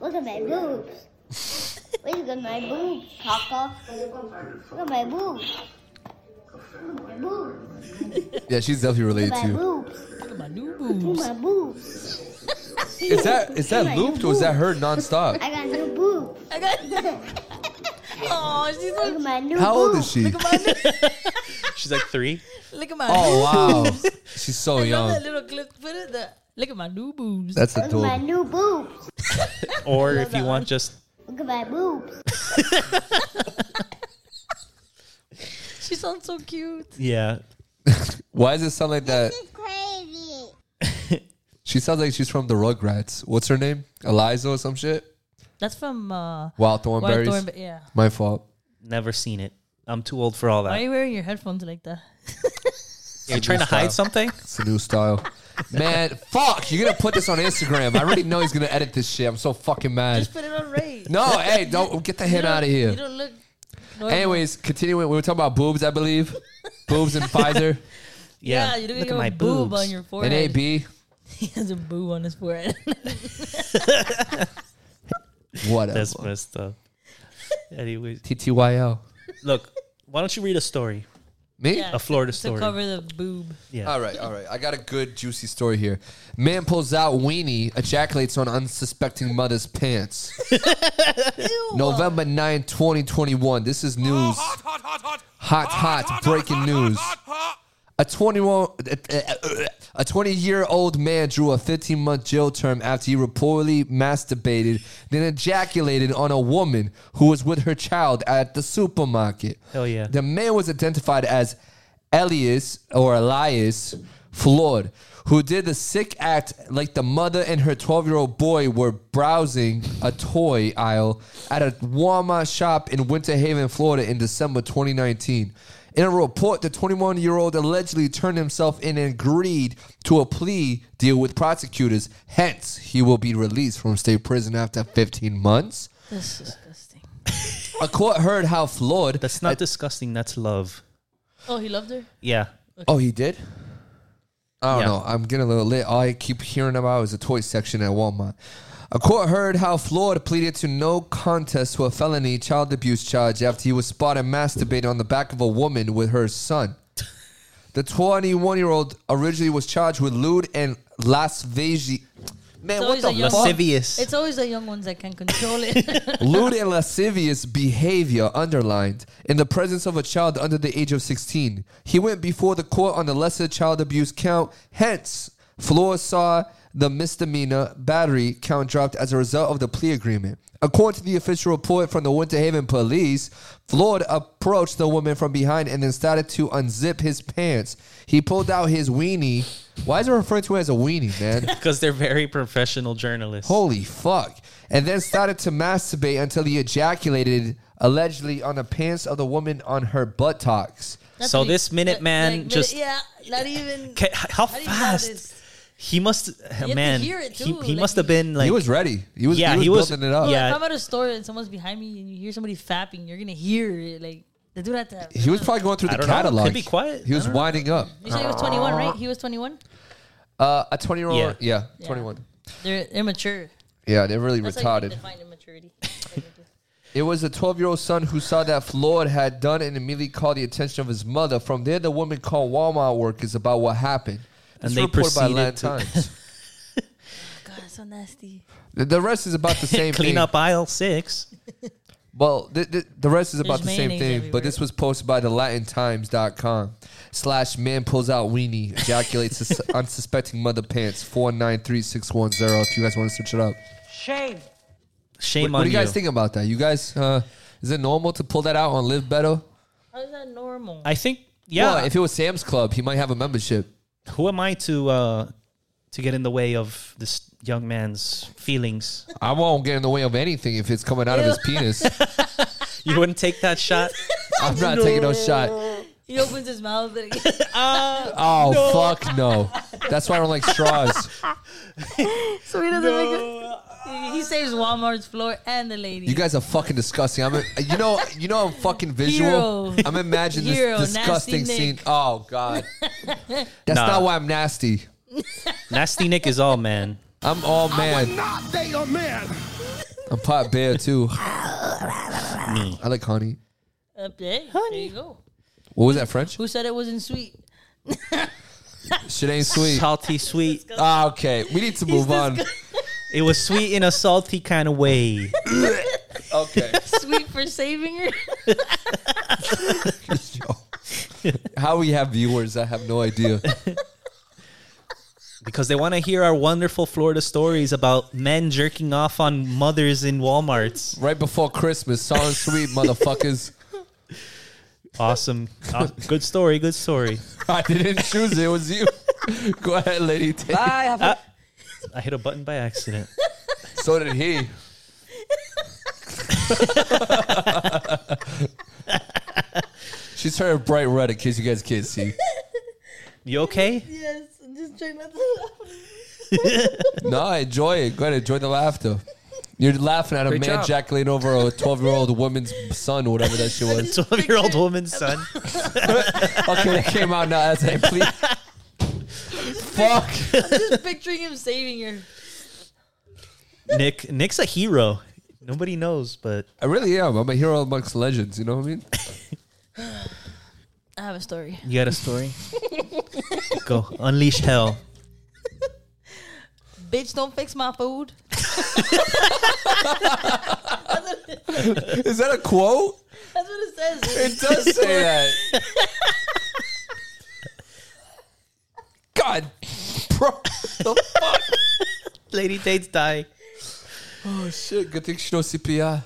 G: Look at my boobs. Look at my boobs, Papa. Look at my boobs. Look at my boobs.
C: Yeah, she's definitely related
G: Look at
C: to
G: my
C: you.
G: boobs.
E: My new
G: Look
E: boobs.
G: at my boobs.
C: Is that is that
G: Look at my
C: looped or is that
G: boobs.
C: her nonstop?
G: I got new boobs.
E: I got. oh, she's
G: Look
E: like,
G: at my new
C: How old is
G: boobs.
C: she?
E: look at my,
D: She's like three.
E: new- look at my.
C: Oh wow, she's so
E: I love that
C: young.
E: little clip. Put it there. Look at my new boobs.
C: That's
G: Look at my
C: adorable.
G: new boobs.
D: Or if you want, just
G: Look at my boobs.
E: She sounds so cute.
D: yeah.
C: Why does it sound like that?
G: Crazy.
C: She sounds like she's from the Rugrats. What's her name? Eliza or some shit?
E: That's from uh,
C: Wild
E: Wild
C: Thornberries.
E: Thornberry. Yeah.
C: My fault.
D: Never seen it. I'm too old for all
E: Why are
D: that.
E: you wearing your headphones like that?
D: You're trying to hide something?
C: It's a new style. Man, fuck! You're gonna put this on Instagram. I already know he's gonna edit this shit. I'm so fucking mad.
E: Just put it on Ray.
C: No, hey, don't get the
E: You
C: hit
E: don't-
C: out of
E: You
C: here.
E: don't look. normal.
C: Anyways, continuing. We were talking about boobs, I believe. boobs and Pfizer
E: Yeah,
D: Yeah.
E: you look,
D: Look
E: look
D: at my
E: boob
D: boobs.
E: on your forehead.
C: and AB.
E: He has a boob on his forehead.
C: Whatever.
D: That's messed up. Anyways,
C: TTYL.
D: look, why don't you read a story?
C: Me?
E: Yeah,
D: A Florida
E: to
D: story.
E: cover the boob.
C: All right, all right. I got a good juicy story here. Man pulls out weenie, ejaculates on unsuspecting mother's pants. November 9, 2021. This is news.
F: Hot, hot, hot, hot.
C: Hot, hot, breaking news. A 21 a 20 year old man drew a 15 month jail term after he reportedly masturbated, then ejaculated on a woman who was with her child at the supermarket.
D: Hell yeah.
C: The man was identified as Elias or Elias Floyd, who did the sick act like the mother and her 12 year old boy were browsing a toy aisle at a Walmart shop in Winter Haven, Florida in December 2019. In a report, the 21 year old allegedly turned himself in and agreed to a plea deal with prosecutors. Hence, he will be released from state prison after 15 months.
E: That's disgusting.
C: A court heard how Floyd.
D: That's not disgusting. That's love.
E: Oh, he loved her.
D: Yeah.
C: Oh, he did? I don't
D: Yeah.
C: know. I'm getting a little lit. All I keep hearing about is the toy section at Walmart. A court heard how Floyd pleaded to no contest to a felony child abuse charge after he was spotted masturbating on the back of a woman with her son. The 21 year old originally was charged with lewd and Las Vegas. Man,
E: It's
C: what
E: always a
C: the
E: young-
C: fuck?
D: Lascivious.
E: It's always the young ones that can control it.
C: lewd and lascivious behavior underlined in the presence of a child under the age of 16. He went before the court on the lesser child abuse count. Hence, Flores saw the misdemeanor battery count dropped as a result of the plea agreement. According to the official report from the Winter Haven police, Floyd approached the woman from behind and then started to unzip his pants. He pulled out his weenie. Why is it referred to as a weenie, man?
D: Because they're very professional journalists.
C: Holy fuck. And then started to masturbate until he ejaculated, allegedly, on the pants of the woman on her buttocks.
E: That's
D: So
E: what he-
D: this minute
E: that-
D: man
E: minute-
D: just-
E: yeah, not even.
D: Ca- How
E: How do you call
D: fast?
E: this?
D: He must,
E: to
D: man.
E: hear it
D: He,
E: too,
D: he
E: like-
D: must have been like.
C: he was ready. He was,
D: Yeah,
C: he was
D: he was-
C: building it up.
E: Well,
D: yeah.
E: if I'm at a store and someone's behind me and you hear somebody fapping, you're gonna hear it. Like the dude had to.
C: He was probably going through
D: I
C: the
D: don't know.
C: catalog.
D: Could be quiet.
C: He
D: I
C: was
D: don't know.
C: winding up.
E: You said he was 21, right? He was 21.
C: Uh, a 20 year old. Yeah.
E: Yeah.
C: 21.
E: They're immature.
C: Yeah, they're really
E: That's how you
C: retarded.
E: define immaturity.
C: It was a 12 year old son who saw that Floyd had done and immediately called the attention of his mother. From there, the woman called Walmart workers about what happened.
D: And
C: This
D: they
C: reported by
D: proceeded
C: Atlanta
D: to-
C: Times.
E: God, it's so nasty.
C: The- The rest is about the same
D: Clean
C: thing.
D: up aisle six.
C: Well, the, the, the rest is about
E: There's
C: the same
E: mayonnaise
C: thing, but
E: everywhere.
C: this was posted by the latintimes.com slash man pulls out weenie, ejaculates his unsuspecting mother pants, 493610 if you guys want to switch it up.
D: Shame
C: What,
D: on
C: what do you guys think about that? You guys, uh, is it normal to pull that out on Live Better?
E: How is that normal?
D: I think, yeah.
C: Well, if it was Sam's Club, he might have a membership.
D: who am I to uh, to get in the way of this young man's feelings?
C: I won't get in the way of anything if it's coming out of his penis.
D: You wouldn't take that shot.
C: I'm not taking no shot.
E: He opens his mouth. And
C: Oh, fuck no. That's why I don't like straws.
E: so he doesn't make it. He saves Walmart's floor and the lady.
C: You guys are fucking disgusting. I'm, a, you know, you know, I'm fucking visual.
E: Hero.
C: I'm imagining this
E: Hero, nasty
C: disgusting scene.
E: Nick.
C: Oh god, that's
D: Nah.
C: not why I'm nasty.
D: Nasty Nick is all man.
C: I'm all man.
F: Not they are men.
C: I'm pot bear too. I like honey.
E: Up there. There you go.
C: What was that French?
E: Who said it wasn't sweet?
C: Shit ain't sweet.
D: Salty, sweet.
C: Ah, okay, we need to move on.
D: It was sweet in a salty kind of way.
C: Okay.
E: Sweet for saving her.
C: Yo. How we have viewers, I have no idea.
D: Because they want to hear our wonderful Florida stories about men jerking off on mothers in Walmarts.
C: Right before Christmas, song sweet motherfuckers.
D: Awesome. Aw- good story, good story.
C: I didn't choose it. It was you. Go ahead, lady. T.
D: I hit a button by accident.
C: So did he. She's turned bright red in case you guys can't see.
D: You okay?
E: yes. I'm just trying not to laugh.
C: No, enjoy it. Go ahead, enjoy the laughter. You're laughing at a man
H: job.
C: jackling over a 12 year old woman's son, or whatever that shit was.
D: 12 year old woman's son.
C: Okay, that came out now. That's a please. Fuck.
E: Just picturing him saving her.
D: Nick Nick's a hero. Nobody knows, but
C: I really am. I'm a hero amongst legends. You know what I mean?
E: I have a story.
D: you got a story? Go. Unleash hell.
E: Bitch, don't fix my food.
C: Is that a quote?
E: That's what it says.
C: It does say that. God, bro, the fuck?
D: Lady Tate's dying.
C: Oh shit! Good thing she knows CPR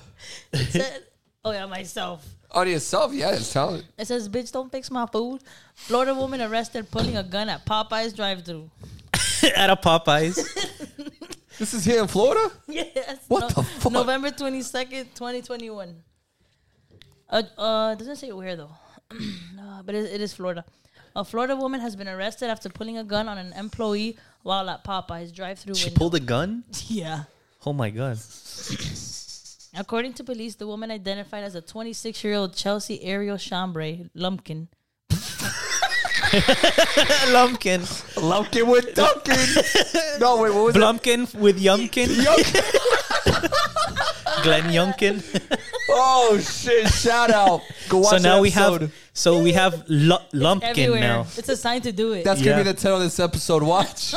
E: It said, oh yeah, myself.
C: on yourself. Yeah, it's talent.
E: It says, bitch, don't fix my food. Florida woman arrested pulling a gun at Popeye's drive thru.
D: At a Popeyes.
C: This is here in Florida.
E: Yes.
C: What the fuck?
E: November 22nd, 2021. Uh, uh, it doesn't say where though, uh, but it, it is Florida. A Florida woman has been arrested after pulling a gun on an employee while at Popeye's drive-through
D: She
E: window.
D: pulled a gun?
E: yeah.
D: Oh my god.
E: According to police, the woman identified as a 26-year-old Chelsea Ariel Chambre Lumpkin.
D: Lumpkin.
C: Lumpkin with Duncan. no, wait, what was that?
D: Blumpkin with Yumkin. Glenn Yumkin.
C: Oh shit! Shout out. Go watch
D: so now
C: that
D: we
C: episode.
D: have so we have lu- Lumpkin
E: Everywhere.
D: now.
E: It's a sign to do it.
C: That's gonna
D: Yeah.
C: be the title of this episode. Watch.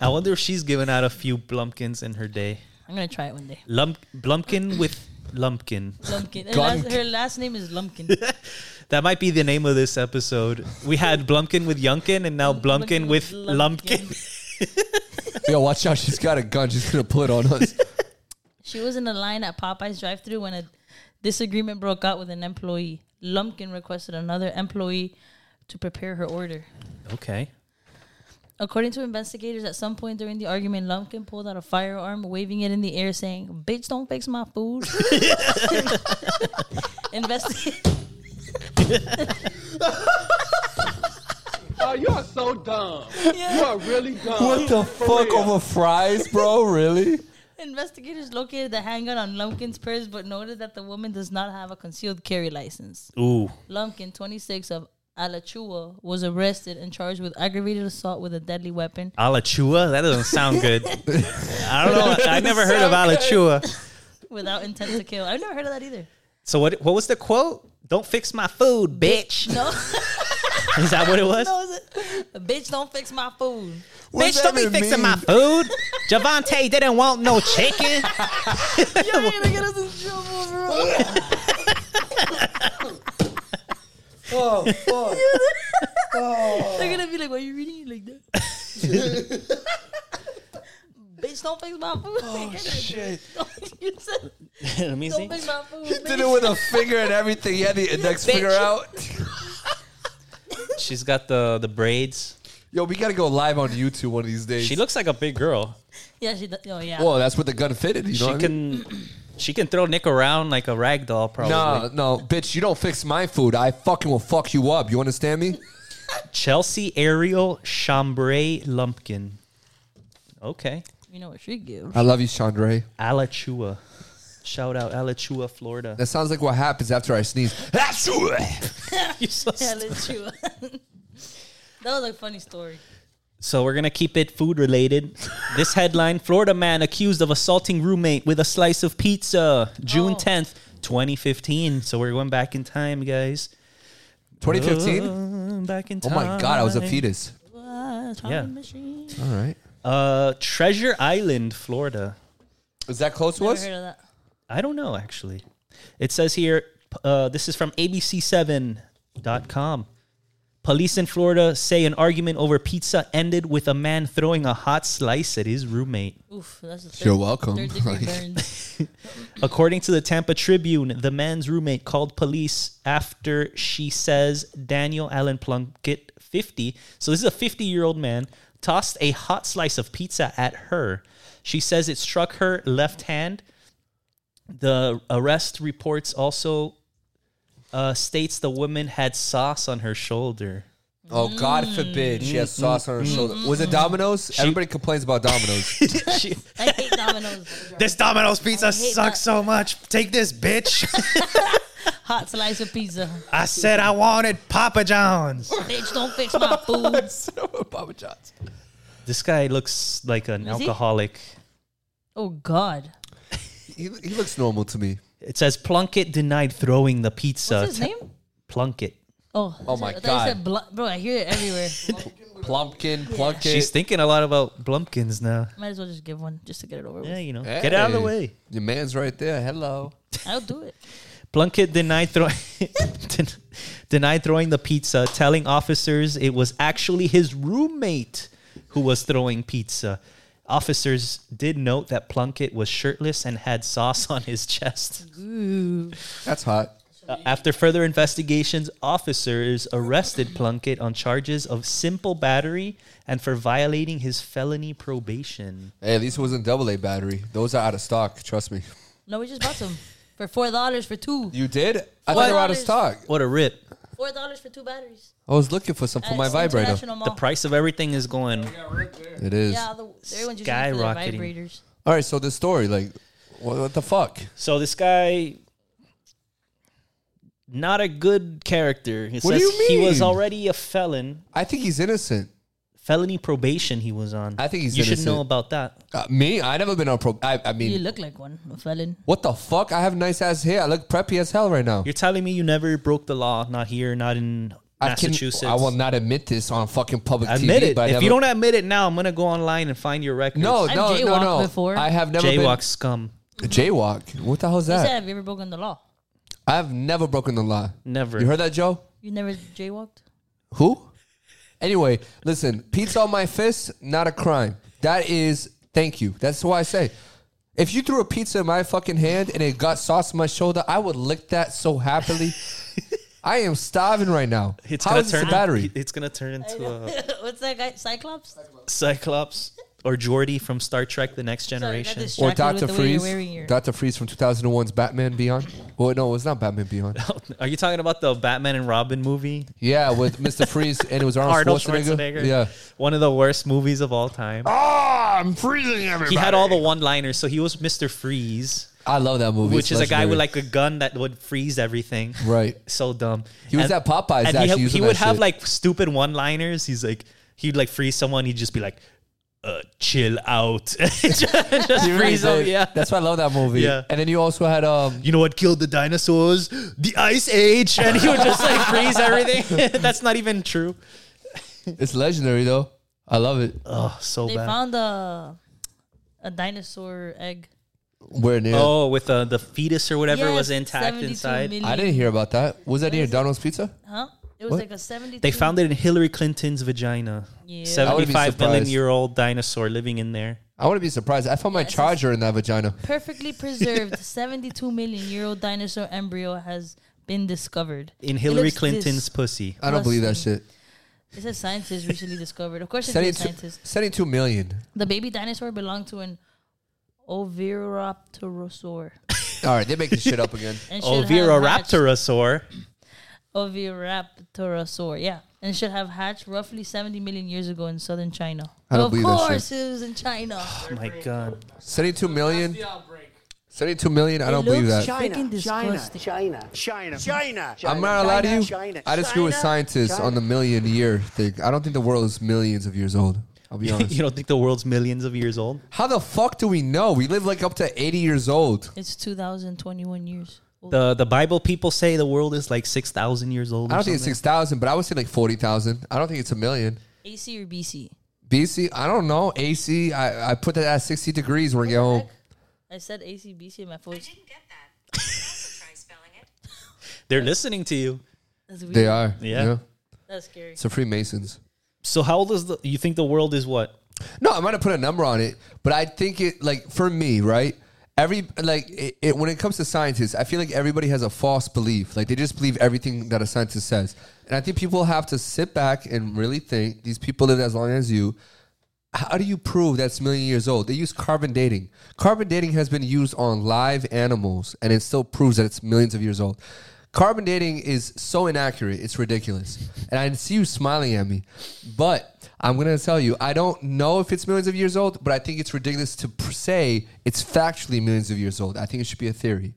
D: I wonder if she's given out a few Blumpkins in her day.
E: I'm gonna try it one day.
D: Lump Blumpkin with Lumpkin.
E: Lumpkin. Her
C: Gunk.
E: last, her last name is Lumpkin.
D: That might be the name of this episode. We had Blumpkin with Yunkin and now Blumpkin with Lumpkin.
C: Yo, watch out! She's got a gun. She's gonna pull it on us.
E: She was in a line at Popeye's drive thru when a disagreement broke out with an employee. Lumpkin requested another employee to prepare her order.
D: Okay.
E: According to investigators, at some point during the argument, Lumpkin pulled out a firearm, waving it in the air, saying, Bitch, don't fix my food. Investi-
H: Oh, you are so dumb. You are really dumb.
C: What the fuck over fries, bro? Really?
E: investigators located the handgun on Lumpkin's purse, but noted that the woman does not have a concealed carry license.
D: Ooh.
E: Lumpkin, 26 of Alachua, was arrested and charged with aggravated assault with a deadly weapon
D: Alachua? That doesn't sound good. I don't know. I never heard of Alachua.
E: without intent to kill. I've never heard of that either.
D: So what what was the quote? Don't fix my food, bitch.
E: No,
D: Is that what it was?
E: no, is it? Bitch, don't fix my food.
C: What's
D: bitch,
C: that
D: don't be
C: even
D: fixing
C: mean?
D: my food. Javante didn't want no chicken.
E: You're gonna get us in trouble, bro.
C: Oh fuck!
E: They're gonna be like, why are you reading it like that? Bitch, don't fix my food. Oh,
C: Shit.
E: you said,
D: Let me
E: don't fix my food.
C: Did it with a finger and everything. He had the index finger out.
D: She's got the the braids.
C: Yo, we gotta go live on YouTube one of these days.
D: She looks like a big girl.
E: yeah, she does. Oh, yeah.
C: Well, that's what the gun fitted. You know
D: She
C: what I mean?
D: can she can throw Nick around like a rag doll probably.
C: No, no, bitch, you don't fix my food. I fucking will fuck you up. You understand me?
D: Chelsea Ariel Chambray Lumpkin. Okay.
E: You know what she gives.
C: I love you, Chandray.
D: Alachua. Shout out Alachua, Florida.
C: That sounds like what happens after I sneeze.
D: You're so
E: Yeah,
D: st-
E: let's chew. that was a funny story.
D: so we're gonna keep it food related. this headline: Florida man accused of assaulting roommate with a slice of pizza, June
E: Oh.
D: tenth, twenty fifteen. So we're going back in time, guys.
C: 2015?
D: Uh, back in
C: Oh
D: time.
C: my God, I was a fetus.
E: Uh, time
D: Yeah.
E: machine.
C: All right.
D: Uh, Treasure Island, Florida.
C: Is that close to
E: Never
C: us?
E: heard of that.
D: I don't know actually. It says here p- uh, this is from abc7.com. Police in Florida say an argument over pizza ended with a man throwing a hot slice at his roommate.
E: Oof, that's the third,
C: You're welcome.
E: Third degree
C: Like-
E: burns.
D: According to the Tampa Tribune, the man's roommate called police after she says Daniel Allen Plunkett, 50, so this is a 50 year old man, tossed a hot slice of pizza at her. She says it struck her left hand. The arrest reports also uh, states the woman had sauce on her shoulder.
C: Oh, God forbid she has sauce on her shoulder. Was it Domino's? Everybody complains about Domino's.
D: She-
E: I hate Domino's.
D: this Domino's pizza
E: hate
D: sucks
E: that.
D: so much. Take this, bitch.
E: Hot slice of pizza.
D: I said I wanted Papa John's.
E: Bitch, don't fix my food.
C: Papa John's.
D: This guy looks like an
E: Is he?
D: alcoholic.
E: Oh God.
C: He, he looks normal to me.
D: It says Plunkett denied throwing the pizza.
E: What's his
D: to-
E: name?
D: Plunkett.
E: Oh,
C: Oh,
E: I
C: my
E: thought you
C: God.
E: said blu- bro, I hear it everywhere.
C: Plumpkin, Plunkett.
D: She's thinking a lot about Blumpkins now.
E: Might as well just give one just to get it over with.
D: Yeah, you know. Get out of the
C: Hey,
D: way.
C: Your man's right there. Hello.
E: I'll do it.
D: Plunkett denied throwing den- denied throwing the pizza, telling officers it was actually his roommate who was throwing pizza. Officers did note that Plunkett was shirtless and had sauce on his chest.
C: That's hot.
D: Uh, after further investigations, officers arrested Plunkett on charges of simple battery and for violating his felony probation.
C: Hey, at least it wasn't double A battery. Those are out of stock. Trust me.
E: No, we just bought some for four dollars for two.
C: You did? I thought they were out of stock.
D: What a rip.
E: Four dollars for two batteries.
C: I was looking for some for
E: At
C: my vibrator.
E: Uh, International
D: The
E: Mall.
D: price of everything is going.
C: It is.
E: Yeah, the, everyone's using it for their
D: Skyrocketing.
E: vibrators.
C: All right. So the story, like, what, what the fuck?
D: So this guy not a good character. It
C: What do
D: says
C: you
D: he was
C: mean?
D: already a felon.
C: I think he's innocent.
D: Felony probation he was on.
C: I think he's
D: You should
C: innocent.
D: know about that.
C: Uh, me? I never been on pro. I, I
E: You
C: mean,
E: look like one, a felon.
C: what the fuck? I have nice ass hair. I look preppy as hell right now.
D: You're telling me you never broke the law, not here, not in
C: I can-
D: Massachusetts.
C: I will not admit this on fucking public
D: Admit
C: TV.
D: it.
C: But I
D: If
C: never,
D: you don't admit it now, I'm gonna go online and find your records.
C: no,
E: I've
C: no, no,
E: jaywalked
C: no.
E: before.
C: I have never been-
D: jaywalk scum.
C: Jaywalk. What the hell is
E: You
C: that?
E: said, have you ever broken the law?
C: I've never broken the law.
D: Never.
C: You heard that, Joe?
E: You never jaywalked?
C: Who? Anyway, listen, pizza on my fist, not a crime. That is thank you. That's why I say. If you threw a pizza in my fucking hand and it got sauce on my shoulder, I would lick that so happily. I am starving right now.
D: It's
C: How
D: gonna
C: is this
D: turn.
C: a battery?
D: It's gonna turn into a
E: What's that guy? Cyclops?
D: Cyclops or Geordi from Star Trek: The Next
E: Sorry, I got
D: Generation.
C: Or
E: distracted with the
C: Dr.
E: way you're
C: Freeze.
E: wearing your-
C: Dr. Freeze from 2001's Batman Beyond. Well, no, it's not Batman Beyond.
D: Are you talking about the Batman and Robin movie?
C: Yeah, with Mr. Freeze and it was Arnold,
D: Arnold
C: Oh, Schwarzenegger.
D: Schwarzenegger.
C: Yeah.
D: One of the worst movies of all time.
F: Ah, I'm freezing everybody.
D: He had all the one-liners, so he was Mr. Freeze,
C: I love that movie.
D: which
C: It's
D: is a guy with
C: legendary.
D: like a gun that would freeze everything.
C: Right.
D: So dumb.
C: He was at Popeyes
D: and he
C: actually
D: ha- he,
C: using
D: would
C: that
D: have
C: shit.
D: like stupid one-liners. He's like he'd like freeze someone. He'd just be like, uh, "Chill out." just
C: He really
D: freeze them.
C: did.
D: Yeah.
C: That's why I love that movie.
D: Yeah.
C: And then you also had um
D: you know what killed the dinosaurs? The Ice Age. And he would just like freeze everything. That's not even true.
C: It's legendary though. I love it.
D: Oh, so
E: They
D: bad.
E: found a, a dinosaur egg.
C: Where near?
D: oh, with uh, the fetus or whatever
E: Yes,
D: was intact
E: 72
D: inside.
E: million.
C: I didn't hear about that. Was that near
E: is it?
C: Donald's Pizza?
E: Huh? It was
C: What?
E: like a 72.
D: They found it in Hillary Clinton's vagina.
E: Yeah.
C: I wouldn't be
D: 75 million
C: surprised.
D: year old dinosaur living in there.
C: I wouldn't be surprised. I found my
E: it's
C: charger in that vagina.
E: Perfectly preserved 72 million year old dinosaur embryo has been discovered.
D: In
E: It
D: Hillary
E: looks this-
D: Clinton's pussy.
C: I don't
E: Must
C: believe that
E: be.
C: shit.
E: It says scientists recently discovered. Of course, it's a
C: 72,
E: scientist.
C: 72 million.
E: The baby dinosaur belonged to an Oviraptorosaur.
C: All right, they're making shit up again.
E: And should have hatched-
D: Oviraptorosaur.
E: Oviraptorosaur, yeah. and should have hatched roughly 70 million years ago in southern China.
C: I don't
E: of
C: believe that shit.
E: course, it was in China.
D: Oh my god.
C: 72 million.
H: The outbreak.
C: 72 million. I don't believe
E: looks
C: that.
E: China, freaking
I: China,
E: disgusting.
I: China,
A: China. China.
C: I'm not allowed to you.
I: China,
C: I disagree with
I: China,
C: scientists
I: China.
C: on the million year thing. I don't think the world is millions of years old. I'll be honest.
D: you don't think the world's millions of years old?
C: How the fuck do we know? We live like up to 80 years old.
E: It's 2021 years. old.
D: The the Bible people say the world is like six thousand years old.
C: I
D: or
C: don't think it's 6,000,
D: something.
C: but I would say like 40,000. I don't think it's a million.
E: AC or BC?
C: BC, I don't know. AC, I, I put that at 60 degrees when we get home.
E: I said AC, BC in my voice.
J: get that. Try spelling it.
D: They're listening to you.
E: That's weird.
C: They are.
D: Yeah.
E: That's scary.
C: It's a Freemasons.
D: So how old is the? You think the world is what?
C: No, I might have put a number on it, but I think it like for me, right? Every like it, it, when it comes to scientists, I feel like everybody has a false belief. Like they just believe everything that a scientist says, and I think people have to sit back and really think. These people live as long as you. How do you prove that's a million years old? They use carbon dating. Carbon dating has been used on live animals, and it still proves that it's millions of years old. Carbon dating is so inaccurate; it's ridiculous. And I see you smiling at me, but I'm gonna tell you, I don't know if it's millions of years old, but I think it's ridiculous to pr- say it's factually millions of years old. I think it should be a theory.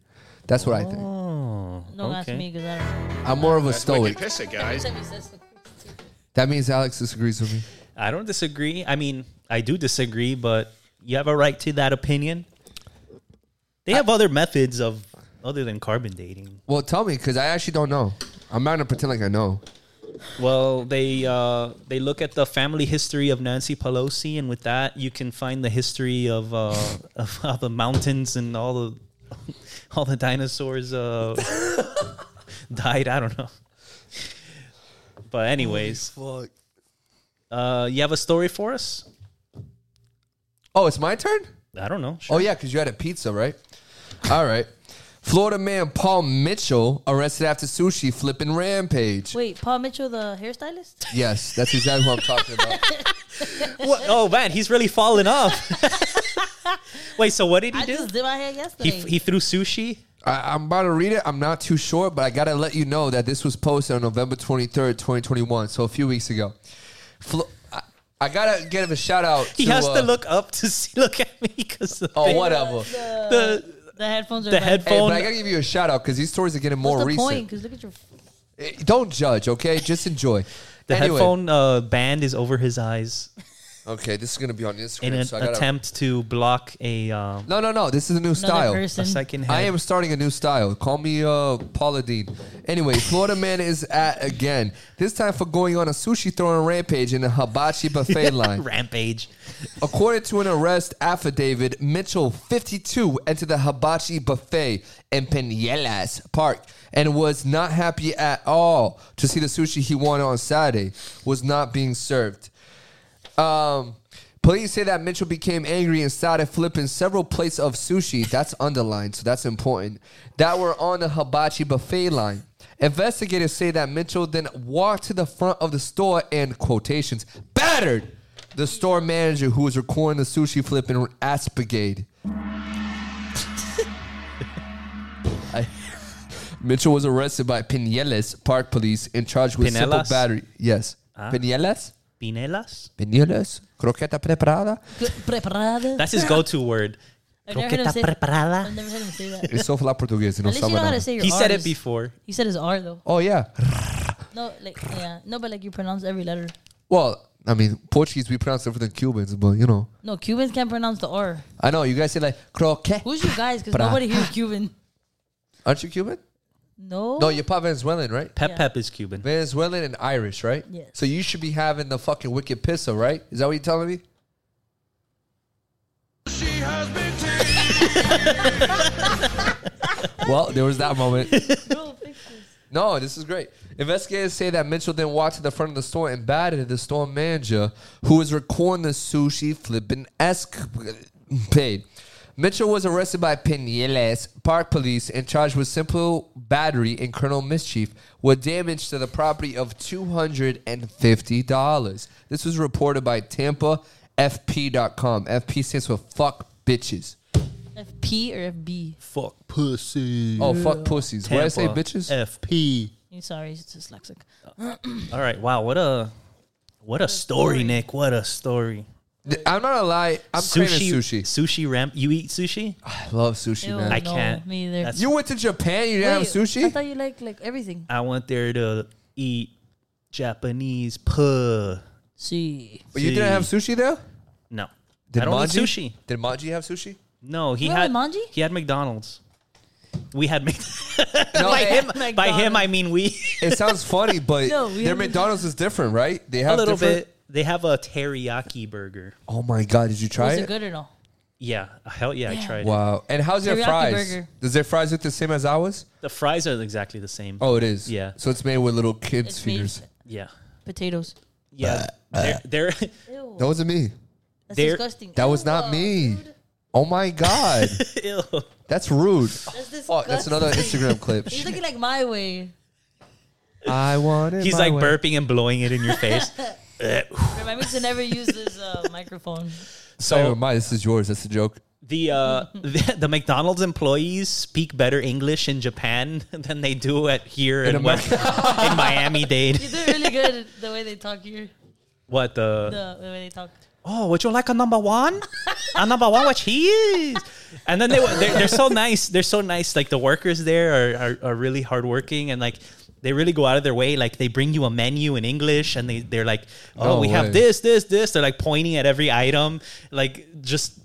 C: That's what I think.
E: Don't ask
D: Okay.
E: me because I don't know.
C: I'm more of a stoic.
A: Piss it, guys.
E: Except he says something.
C: That means Alex disagrees with me.
D: I don't disagree. I mean, I do disagree, but you have a right to that opinion. They have other methods of other than carbon dating.
C: Well, tell me, because I actually don't know. I'm not gonna pretend like I know.
D: Well, they uh, they look at the family history of Nancy Pelosi, and with that, you can find the history of uh, of all the mountains and all the all the dinosaurs uh, died. I don't know. But anyways,
C: Fuck.
D: uh, you have a story for us?
C: Oh, it's my turn.
D: I don't know. Sure.
C: Oh yeah, because you had a pizza, right? All right. Florida man Paul Mitchell arrested after sushi flipping rampage.
E: Wait, Paul Mitchell, the hairstylist?
C: Yes, that's exactly what I'm talking about.
D: What? Oh man, he's really falling off. Wait, so what did he
E: I
D: do?
E: just did my hair
D: He,
E: yesterday.
D: he threw sushi.
C: I, I'm about to read it. I'm not too sure, but I got to let you know that this was posted on November 23rd, 2021, so a few weeks ago. Flo- I, I got to give a shout out.
D: He
C: to,
D: has
C: uh,
D: to look up to see, look at me because
C: Oh, whatever.
D: the
E: the headphones are
D: the
E: bad.
C: Hey,
D: headphone.
C: but I got to give you a shout out because these stories are getting more
E: What's the
C: recent.
E: point? Because look at your.
C: Eh, Don't judge, okay? Just enjoy.
D: The
C: Anyway.
D: headphone uh, band is over his eyes
C: Okay, this is going to be on
D: in
C: Instagram.
D: an
C: so I gotta,
D: attempt to block a, um,
C: No, no, no. This is a new
E: Another
C: style.
D: a
E: person.
D: second head.
C: I am starting a new style. Call me uh, Paula Dean. Anyway, Florida man is at again. This time for going on a sushi throwing rampage in the hibachi buffet line.
D: rampage.
C: According to an arrest affidavit, Mitchell, 52, entered the hibachi buffet in Peñalas Park and was not happy at all to see the sushi he wanted on Saturday was not being served. Um, police say that Mitchell became angry and started flipping several plates of sushi. That's underlined, so that's important. That were on the hibachi buffet line. Investigators say that Mitchell then walked to the front of the store and quotations battered the store manager who was recording the sushi flipping ass brigade. I- Mitchell was arrested by Pinellas Park Police and charged with simple
D: Pinellas?
C: battery. Yes, Pinellas.
D: Pinelas?
C: Pinoles, croqueta preparada.
E: Preparada.
D: That's his go to word.
E: I've never heard him say I've
D: preparada.
E: never heard him say that.
C: Eso fue la portuguesa, no
E: At least you
C: sabe
E: know how to
C: nada.
E: say your
D: He said
E: Rs.
D: it before.
E: He said his R though.
C: Oh yeah.
E: No, like yeah, no, but like you pronounce every letter.
C: Well, I mean, Portuguese we pronounce different than Cubans, but you know,
E: No, Cubans can't pronounce the R.
C: I know you guys say like croquet.
E: Who's you guys? Because
C: Pra-
E: nobody hears Cuban.
C: Aren't you Cuban?
E: No.
C: No, you're part Venezuelan, right?
D: Pep
E: Yeah.
D: Pep is Cuban.
C: Venezuelan and Irish, right?
E: Yes.
C: So you should be having the fucking wicked pizza, right? Is that what you're telling me? well, there was that moment. No, this is great. Investigators say that Mitchell then walked to the front of the store and batted the store manager who was recording the sushi flipping escapade. Mitchell was arrested by Pinellas Park Police and charged with simple battery and criminal mischief with damage to the property of $250. This was reported by TampaFP.com. FP stands for fuck bitches.
E: FP or FB?
D: Fuck pussy.
C: Oh, fuck pussies. What did I say, bitches?
D: FP.
E: You Eh, Sorry, it's dyslexic.
D: All right. Wow. What a what a story, Nick. What a story.
C: I'm not gonna lie. I'm
D: Sushi.
C: craving sushi.
D: Sushi ramp. You eat sushi?
C: I love sushi,
E: Ew,
C: man.
D: I can't.
E: Me either.
D: That's-
C: you went to Japan. You didn't have
E: Wait, I
C: sushi.
E: thought you liked like everything.
D: I went there to eat Japanese puh.
E: See,
C: But you didn't have sushi there.
D: No.
C: Did
D: I don't eat
C: Maji-
D: sushi.
C: Did Maji have sushi?
D: No, he
E: You
D: had
E: went with Manji?
D: he had McDonald's. We had Mc-
C: No,
D: by
C: it,
D: him. By him,
E: McDonald's.
D: I mean we.
C: it sounds funny, but
E: No, we
C: their
E: haven't-
C: McDonald's is different, right? They have
D: a little
C: different-
D: bit. They have a teriyaki burger.
C: Oh my god, did you try
E: was
C: it?
E: it good or no?
D: Yeah, hell yeah, I tried. it.
C: Wow. And how's their
E: Teriyaki
C: fries?
E: burger.
C: Does their fries look the same as ours?
D: The fries are exactly the same.
C: Oh, it is.
D: Yeah.
C: So it's made with little kids'
E: It's made
C: fingers.
D: Yeah,
E: potatoes.
D: yeah.
C: uh,
D: They're they're
E: Ew,
C: That wasn't me.
E: that's
D: they're-
E: disgusting.
C: That was not me. Oh my god,
D: Ew.
C: that's rude.
E: That's
C: Fuck, that's
E: disgusting.
C: another Instagram clip.
E: He's looking like my way.
C: I want it.
D: He's
C: my
D: like
C: way.
D: burping and blowing it in your face.
E: Remind me to never use this uh, microphone.
C: Sorry,
D: So
C: my, this is yours. That's a joke.
D: the uh, the, the McDonald's employees speak better English in Japan than they do at here in, West, in Miami Dade.
E: They're really good the way they talk here.
D: What the,
E: The, the way they talk.
D: oh? Would you like a number one? a number one with cheese. And then they they're, they're so nice. They're so nice. Like the workers there are, are are really hardworking and like. They really go out of their way. Like they bring you a menu in English, and they they're like, "Oh,
C: No
D: we
C: way.
D: have this, this, this." They're like pointing at every item. Like just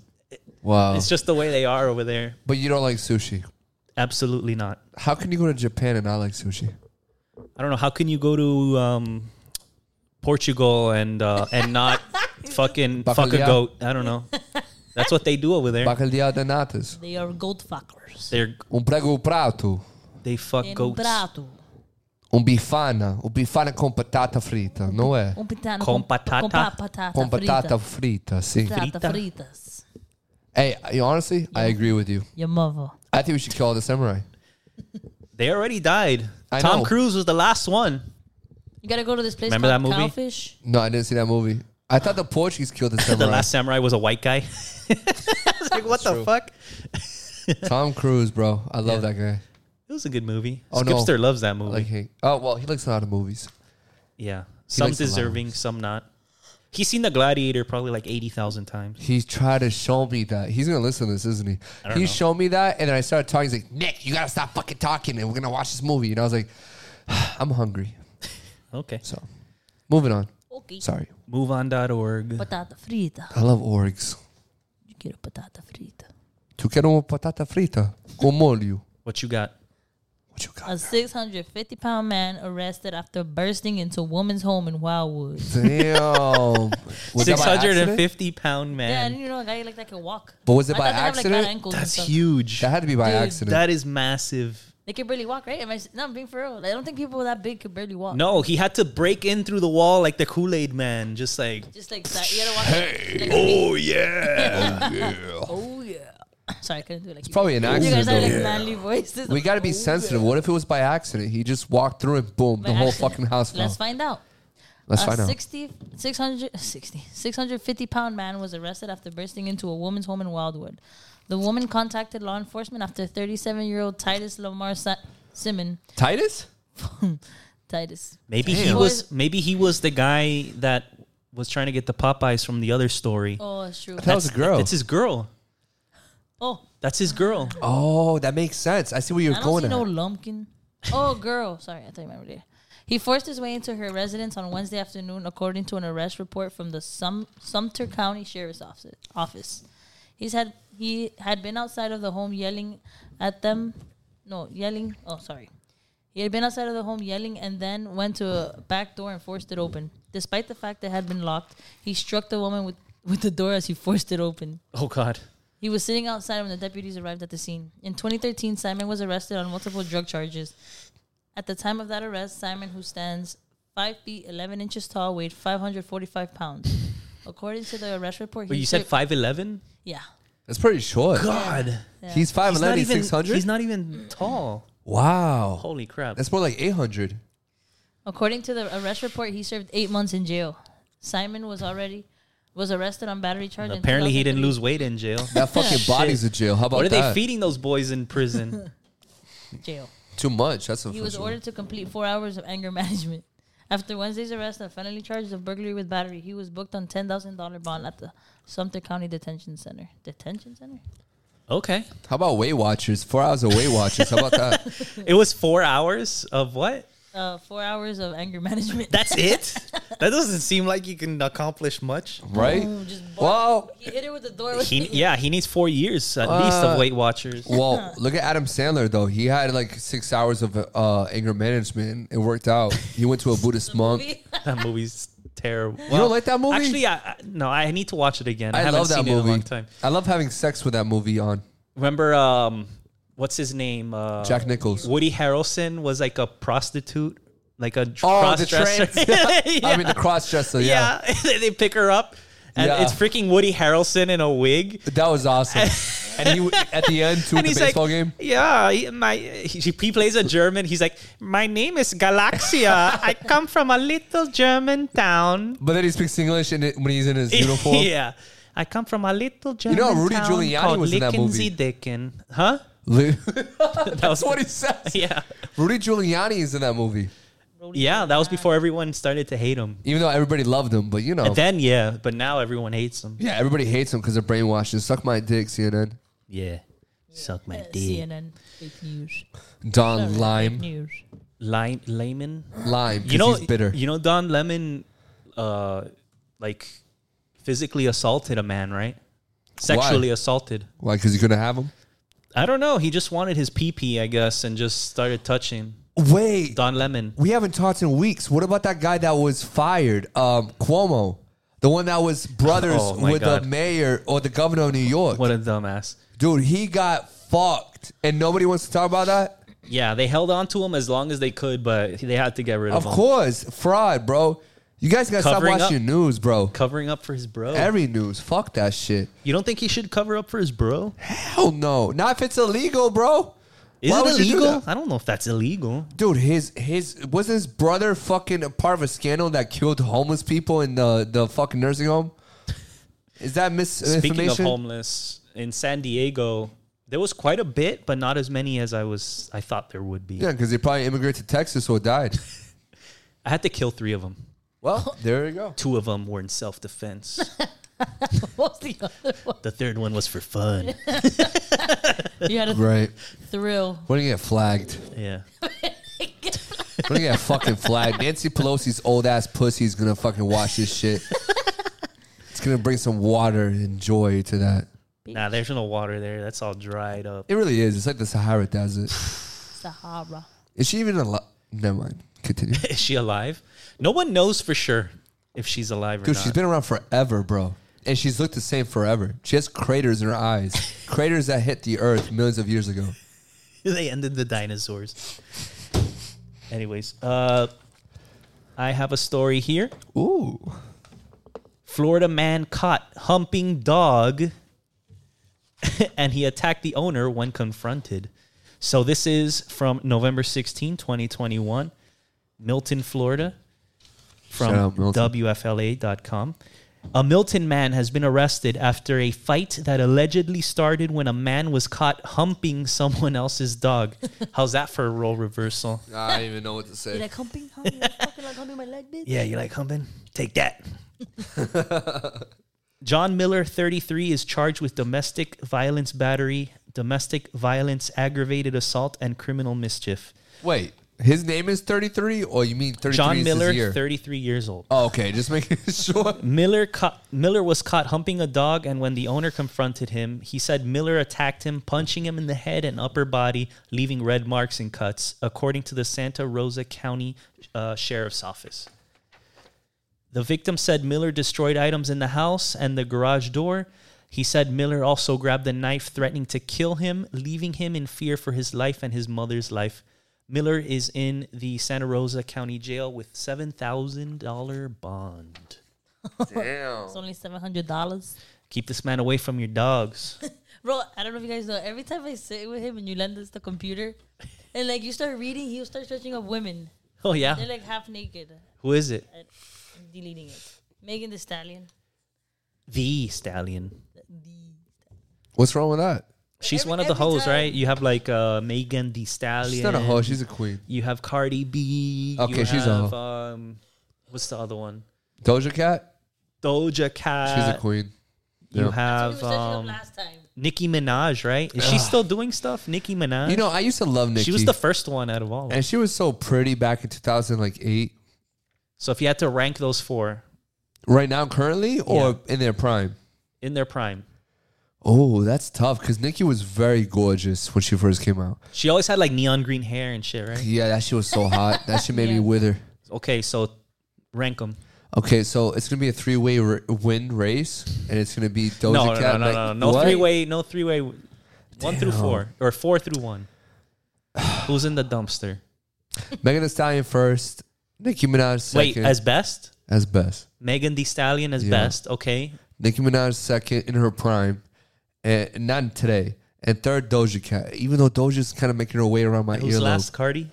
C: Wow.
D: it's just the way they are over there.
C: but you don't like sushi.
D: Absolutely not.
C: How can you go to Japan and not like sushi?
D: I don't know. How can you go to um, Portugal and uh, and not fucking fuck a
C: Bacalhau.
D: goat? I don't know. That's what they do over there.
C: Bacalhau de natas.
E: They are goat fuckers.
D: They're
C: Um prego prato.
D: they fuck
E: And
D: goats.
E: prato.
C: Um bifana. Um bifana com batata frita, não é?
E: Un Um pitano
D: Con patata.
E: Con pa- patata
C: Com batata
E: frita.
C: frita, sim.
E: Patata
D: Frita.
E: fritas.
C: Hey, I- honestly, I agree with you.
E: Your mother.
C: I think we should kill all the samurai.
D: They already died.
C: I
D: Tom
C: know.
D: Cruise was the last one.
E: You gotta go to this place
D: Remember
E: called
D: that movie?
E: Cowfish.
C: No, I didn't see that movie. I thought the Portuguese killed the samurai.
D: The last samurai was a white guy. I was like, what the fuck?
C: Tom Cruise, bro. I love that guy.
D: It was a good movie.
C: Oh, no.
D: Skipster loves that movie.
C: Like, hey, oh well, he likes a lot of movies.
D: yeah. Some
C: likes a lot of
D: deserving, some not. He's seen The Gladiator probably like 80,000 times.
C: He tried to show me that he's gonna listen to this, isn't he?
D: don't
C: He
D: know.
C: showed me that, and then I started talking. He's like, Nick, you gotta stop fucking talking, and we're gonna watch this movie. And I was like, I'm hungry.
D: Okay.
C: So, moving on.
E: Okay.
C: Sorry,
D: MoveOn.org.
E: Patata frita.
C: I love orgs.
E: You get a patata frita.
C: Tu quero uma patata frita com molho?
D: What you got?
C: What you got?
E: A 650 pound man arrested after bursting into woman's home in Wildwood.
C: Damn. Was that by
D: Six hundred and
C: accident?
D: fifty pound
E: Yeah, I
D: man.
E: didn't even know a guy like that could walk.
C: But was it
E: I
C: by
E: thought they have, like, fat
C: accident?
E: ankles and
D: That's
E: stuff.
D: huge.
C: That had to be by
E: Dude,
C: accident.
D: that is massive.
E: They could barely walk, right? Am I s- no, I'm being for real. I don't think people that big could barely walk.
D: No, he had to break in through the wall like the Kool Aid man, just like.
E: Just like that. You gotta walk. Hey. Like,
C: oh yeah.
E: oh, yeah. Sorry, I couldn't do it like you.
C: Probably an
E: You
C: accident
E: guys have
C: though.
E: like manly voices.
C: We gotta be sensitive. What if it was by accident? He just walked through and boom,
E: By
C: the whole
E: accident.
C: fucking house fell.
E: Let's uh, find out.
C: Let's
E: a
C: find out.
E: 60, 600, 60, 650 pound man was arrested after bursting into a woman's home in Wildwood. The woman contacted law enforcement after 37 year old Titus Lamar Sa- Simon.
C: Titus?
E: Titus.
D: Maybe he
E: Damn.
D: was. Maybe he was the guy that was trying to get the Popeyes from the other story.
E: Oh, it's true.
C: That was a girl.
D: That's his girl.
E: Oh,
D: That's his girl.
C: oh, that makes sense. I see where you're
E: I don't
C: going
E: see
C: at.
E: no lumpkin. Oh, girl. Sorry, I thought you remembered it. He forced his way into her residence on Wednesday afternoon, according to an arrest report from the Sum- Sumter County Sheriff's Office- Office. He's had he had been outside of the home yelling at them. No, yelling. Oh, sorry. He had been outside of the home yelling and then went to a back door and forced it open. Despite the fact it had been locked, he struck the woman with, with the door as he forced it open.
D: Oh God.
E: He was sitting outside when the deputies arrived at the scene. In 2013, Simon was arrested on multiple drug charges. At the time of that arrest, Simon, who stands 5 feet 11 inches tall, weighed 545 pounds. According to the arrest report,
D: But
E: he
D: you said
E: served-
D: five eleven.
E: Yeah.
C: That's pretty short.
D: God.
C: He's 5'11",
D: He's not even.
C: 600?
D: He's not even tall.
C: wow.
D: Holy crap.
C: That's more like 800.
E: According to the arrest report, he served eight months in jail. Simon was already was arrested on battery charge. in
D: Apparently, he didn't
E: 2003.
D: lose weight in jail.
C: That fucking body's a jail. How about
D: What are
C: that?
D: they feeding those boys in prison?
E: jail.
C: Too much. That's
E: He was
C: unfortunate.
E: ordered to complete four hours of anger management. After Wednesday's arrest and felony charges of burglary with battery, he was booked on ten thousand dollar bond at the Sumter County Detention Center. Detention Center?
D: Okay.
C: How about Weight Watchers? Four hours of Weight Watchers. How about that?
D: It was four hours of what?
E: Uh, four hours of anger management.
D: That's it? that doesn't seem like you can accomplish much.
C: Right?
E: Just
C: Well,
E: he hit her with the door.
D: He, yeah, he needs four years at least
C: Uh,
D: of Weight Watchers.
C: well, look at Adam Sandler though. He had like six hours of uh, anger management. It worked out. He went to a Buddhist monk.
D: That movie's terrible. You
C: like that movie?
D: Actually, I, I- no, I need to watch it again. I,
C: I
D: haven't
C: love that
D: seen it in a long
C: movie.
D: time.
C: I love having sex with that movie on
D: Remember, um, what's his name? Uh,
C: Jack Nichols.
D: Woody Harrelson was like a prostitute, like a
C: Oh,
D: cross
C: the
D: dresser.
C: trans. I mean, the cross dresser. Yeah.
D: yeah. They- they pick her up, and
C: Yeah.
D: it's freaking Woody Harrelson in a wig.
C: that was awesome. and he at the end to the baseball
D: like,
C: game.
D: Yeah, he, my he, he plays a German. He's like, my name is Galaxia. I come from a little German town.
C: But then he speaks English and it, when he's in his uniform.
D: yeah. I come from a little German
C: know, Rudy
D: town
C: Giuliani
D: called
C: was in that movie.
D: Lickensiedecken. Huh?
C: Lu-
D: That was
C: what he says.
D: Yeah.
C: Rudy Giuliani is in that movie,
D: Yeah, that was before everyone started to hate him.
C: even though everybody loved him. But you know,
D: And then yeah, but now everyone hates him.
C: yeah, everybody hates him because they're brainwashed. Suck my dick, CNN.
D: Yeah. Suck my dick.
E: CNN fake news.
C: Don
E: Fake
C: Lime,
E: news.
D: Lime, layman.
C: Lime.
D: you know,
C: he's bitter.
D: You know, Don Lemon, uh, like physically assaulted a man, right? Sexually assaulted.
C: Why? Because you're gonna have him.
D: I don't know. He just wanted his pee pee, I guess, and just started touching
C: Wait,
D: Don Lemon.
C: we haven't talked in weeks. What about that guy that was fired? Um, Cuomo, the one that was brothers
D: Oh, my
C: with
D: God.
C: the mayor or the governor of New York.
D: What a dumbass.
C: Dude, he got fucked, and nobody wants to talk about that.
D: Yeah, they held on to him as long as they could, but they had to get rid of,
C: Of
D: him.
C: course, fraud, bro. You guys gotta
D: Covering
C: stop
D: up.
C: watching news, bro.
D: Covering up for his bro.
C: Every news, fuck that shit.
D: you don't think he should cover up for his bro?
C: Hell no, not if it's illegal, bro.
D: Is
C: Why
D: it
C: would you do
D: illegal?
C: that?
D: I don't know if that's illegal.
C: Dude, his his wasn't his brother fucking a part of a scandal that killed homeless people in the the fucking nursing home. Is that
D: Speaking
C: misinformation?
D: of homeless, in San Diego, there was quite a bit, but not as many as I was I thought there would be.
C: yeah, because they probably immigrated to Texas or died.
D: I had to kill three of them.
C: Well, there you go.
D: Two of them were in self defense.
E: What's the other one?
D: the third one was for fun.
E: You had a
C: Right.
E: thrill.
C: We're gonna get flagged.
D: Yeah.
C: We're gonna get fucking flagged. Nancy Pelosi's old ass pussy's gonna fucking watch this shit. It's gonna bring some water and joy to that.
D: Nah, there's no water there. That's all dried up.
C: It really is. It's like the Sahara Desert.
E: Sahara.
C: Is she even alive? Never mind. Continue.
D: Is she alive? No one knows for sure if she's alive or
C: Dude,
D: not.
C: she's been around forever, bro. And she's looked the same forever. She has craters in her eyes, craters that hit the earth millions of years ago.
D: they ended the dinosaurs. Anyways, uh, I have a story here.
C: Ooh.
D: Florida man caught humping dog and he attacked the owner when confronted. So this is from November 16, 2021, Milton, Florida,
C: Shout
D: from
C: out Milton.
D: WFLA.com. A Milton man has been arrested after a fight that allegedly started when a man was caught humping someone else's dog. How's that for a role reversal?
C: I don't even know what to
E: You
C: say.
E: like humping? humping like fucking like humping my leg, bitch?
D: Yeah, you like humping? Take that. John Miller, 33, is charged with domestic violence battery, domestic violence aggravated assault, and criminal mischief.
C: Wait, his name is 33 or you mean 33
D: John
C: is
D: Miller,
C: his year?
D: 33 years old.
C: oh, okay, just making sure.
D: Miller caught, Miller was caught humping a dog, and when the owner confronted him, he said Miller attacked him, punching him in the head and upper body, leaving red marks and cuts, according to the Santa Rosa County uh, Sheriff's Office. The victim said Miller destroyed items in the house and the garage door. He said Miller also grabbed a knife, threatening to kill him, leaving him in fear for his life and his mother's life. Miller is in the Santa Rosa County Jail with $7,000 bond.
E: It's only seven hundred dollars.
D: Keep this man away from your dogs.
E: Bro, I don't know if you guys know. Every time I sit with him and you lend us the computer, and like you start reading, he'll start searching up women.
D: Oh
E: They're
D: yeah,
E: like half naked.
D: who is it?
E: I'm deleting it. Megan the Stallion.
D: The stallion.
C: What's wrong with that?
D: She's
E: every-
D: one of the
E: every
D: hoes,
E: time-
D: right? You have like uh, Megan Thee Stallion.
C: She's not a hoe. She's a queen.
D: you have Cardi B. you
C: Okay, she's a
D: have,
C: hoe.
D: Um, what's the other one?
C: Doja Cat.
D: Doja Cat.
C: She's a queen.
D: Uh, You
C: Yeah.
E: That's
D: have
E: what we were searching up
D: um,
E: last time.
D: Nicki Minaj, right? Is she still doing stuff? Nicki Minaj.
C: You know, I used to love Nicki.
D: she was the first one out of all. of them.
C: and she was so pretty back in 2008.
D: So if you had to rank those four
C: Right now, currently, or in their prime.
D: in their prime,
C: Oh, that's tough because Nicki was very gorgeous when she first came out.
D: she always had like neon green hair and shit, right?
C: Yeah, that shit was so hot. That shit made me wither.
D: Okay, so rank them.
C: Okay, so it's gonna be a three-way r- win race, and it's gonna be Doja
D: No, no, no,
C: Oh, Cat.
D: no,
C: like-
D: no, no,
C: What?
D: three way, no three way, one through four or four through one. Who's in the dumpster?
C: Megan Thee Stallion first, Nicki Minaj second.
D: Wait, as best,
C: as best,
D: Megan Thee Stallion as
C: Yeah.
D: best. Okay,
C: Nicki Minaj second in her prime, and not today. And third, Doja Cat. Even though Doja's kind of making her way around my
D: who's
C: earlobe.
D: last? Cardi.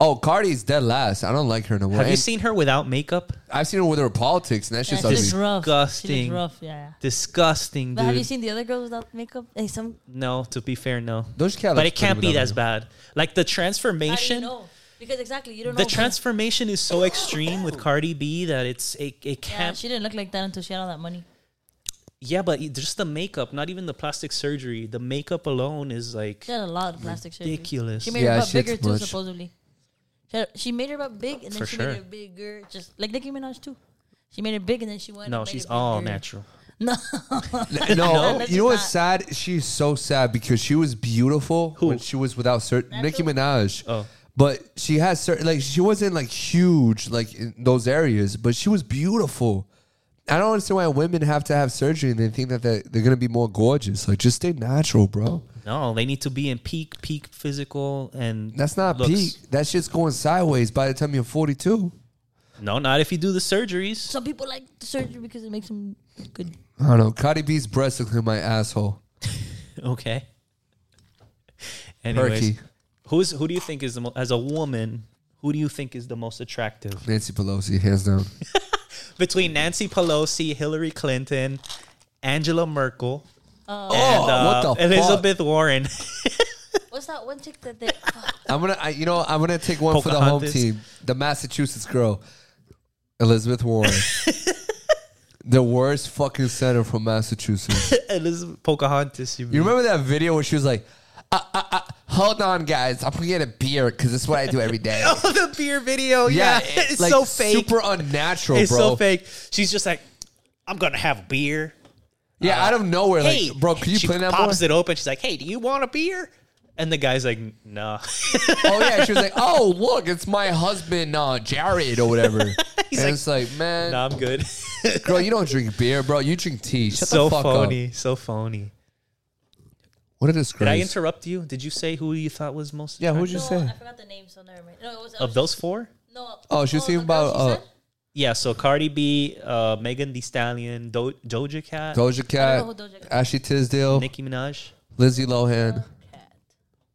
C: Oh, Cardi's dead last. I don't like her no more.
D: Have you
C: And
D: seen her without makeup?
C: I've seen her with her politics, and that shit's
E: Yeah, she looks
C: ugly.
E: rough. She
D: disgusting.
E: looks rough. Yeah. yeah.
D: Disgusting,
E: But have you
D: dude.
E: seen the other girls without makeup? Hey, some.
D: No, to be fair, no.
C: Doja Cat.
D: But
C: looks
D: it can't
C: pretty
D: be as
C: without
D: bad. Like the
E: How do you
D: transformation.
E: know? Because exactly, you don't know.
D: The transformation is so extreme with Cardi B that it's it, it
E: Yeah,
D: can't
E: she didn't look like that until she had all that money.
D: Yeah, but it- just the makeup, not even the plastic surgery. The makeup alone is like
E: She had a lot of plastic surgery.
D: ridiculous.
E: She made
C: Yeah,
E: her butt
C: she had
E: bigger
C: too
E: too,
C: much.
E: supposedly. She, had- she made her butt big and then
D: For
E: she
D: sure.
E: made it bigger, just like Nicki Minaj too. She made it big and then she went.
D: no,
E: and made
D: she's
E: it
D: all
E: bigger.
D: natural.
E: No,
C: her. No,
E: No,
C: you know what's
E: it's
C: sad? She's so sad because she was beautiful
D: Who?
C: when she was without certain Nicki Minaj.
D: Oh.
C: But she had certain like she wasn't like huge like in those areas, but she was beautiful. I don't understand why women have to have surgery and they think that they're, they're gonna be more gorgeous. Like just stay natural, bro.
D: No, they need to be in peak, peak physical, and
C: That's not
D: looks.
C: peak. That shit's going sideways by the time you're 42.
D: No, not if you do the surgeries.
E: some people like the surgery because it makes them good.
C: I don't know. Cardi B's breasts look like my asshole.
D: Okay. Anyways,
C: Perky.
D: who's who do you think is the mo- as a woman? Who do you think is the most attractive
C: Nancy Pelosi, hands down.
D: between Nancy Pelosi, Hillary Clinton, Angela Merkel,
C: oh,
D: and, uh,
C: what the
D: Elizabeth Warren?
E: What's that one chick that they?
C: fuck? I'm gonna, I, you know, I'm gonna take one for the home
D: Pocahontas.
C: team, the Massachusetts girl, Elizabeth Warren, the worst fucking center from Massachusetts.
D: Elizabeth Pocahontas.
C: You remember that video where she was like, uh, uh, uh, "Hold on, guys, I'm gonna get a beer because it's what I do every day."
D: Oh, the beer video. Yeah,
C: it-
D: it's
C: like,
D: so fake.
C: super unnatural,
D: it's
C: bro.
D: so fake. She's just like, I'm gonna have a beer.
C: Yeah, out of nowhere, like,
D: hey,
C: bro, can you
D: she
C: play that more?
D: pops it open. She's like, Hey, do you want a beer? And the guy's like, Nah.
C: oh yeah, she was like, "Oh look, it's my husband, uh, Jared or whatever." and
D: like,
C: it's like, man,
D: nah, I'm good.
C: girl, you don't drink beer, bro. You drink tea. Shut
D: so
C: the fuck
D: phony.
C: up.
D: So phony.
C: What a
D: Did
C: disgrace.
D: I interrupt you? Did you say who you thought was most?
C: yeah, who'd
D: attractive?
C: you
E: no,
C: say?
E: I forgot the name, so never mind. No, it was, it
D: of
E: was-
D: those four?
E: No.
C: Oh, she was
E: the
C: thinking
E: girl
C: about,
E: she
C: uh,
E: said?
D: Yeah. So Cardi B, uh, Megan Thee Stallion, Do- Doja Cat,
C: Doja Cat,
E: who Doja Cat-
C: Ashley Tisdale,
D: Nicki Minaj.
C: Lindsay Lohan,
E: Cat.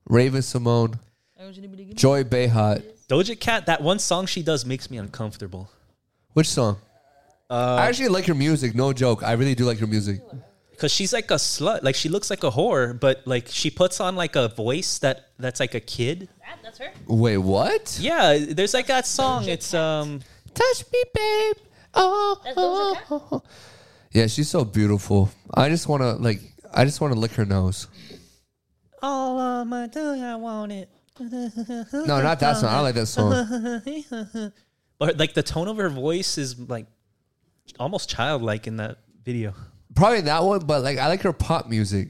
C: Raven Simone,
E: I was gonna be the-
C: Joy Behart.
D: Doja Cat. That one song she does makes me uncomfortable.
C: Which song?
D: Uh,
C: I actually like her music. No joke. I really do like her music.
D: Cause she's like a slut, like she looks like a whore, but like she puts on like a voice that that's like a kid.
E: That- That's her.
C: Wait, what?
D: Yeah, there's like that song. It's um,
C: Touch me, babe. Oh,
E: That's Doja Cat?
C: oh, oh. yeah, she's so beautiful. I just want to like. I just want to lick her nose.
D: all I wanna do, I want it.
C: No, not that song. I like that song.
D: But like the tone of her voice is like almost childlike in that video.
C: Probably that one, but like I like her pop music.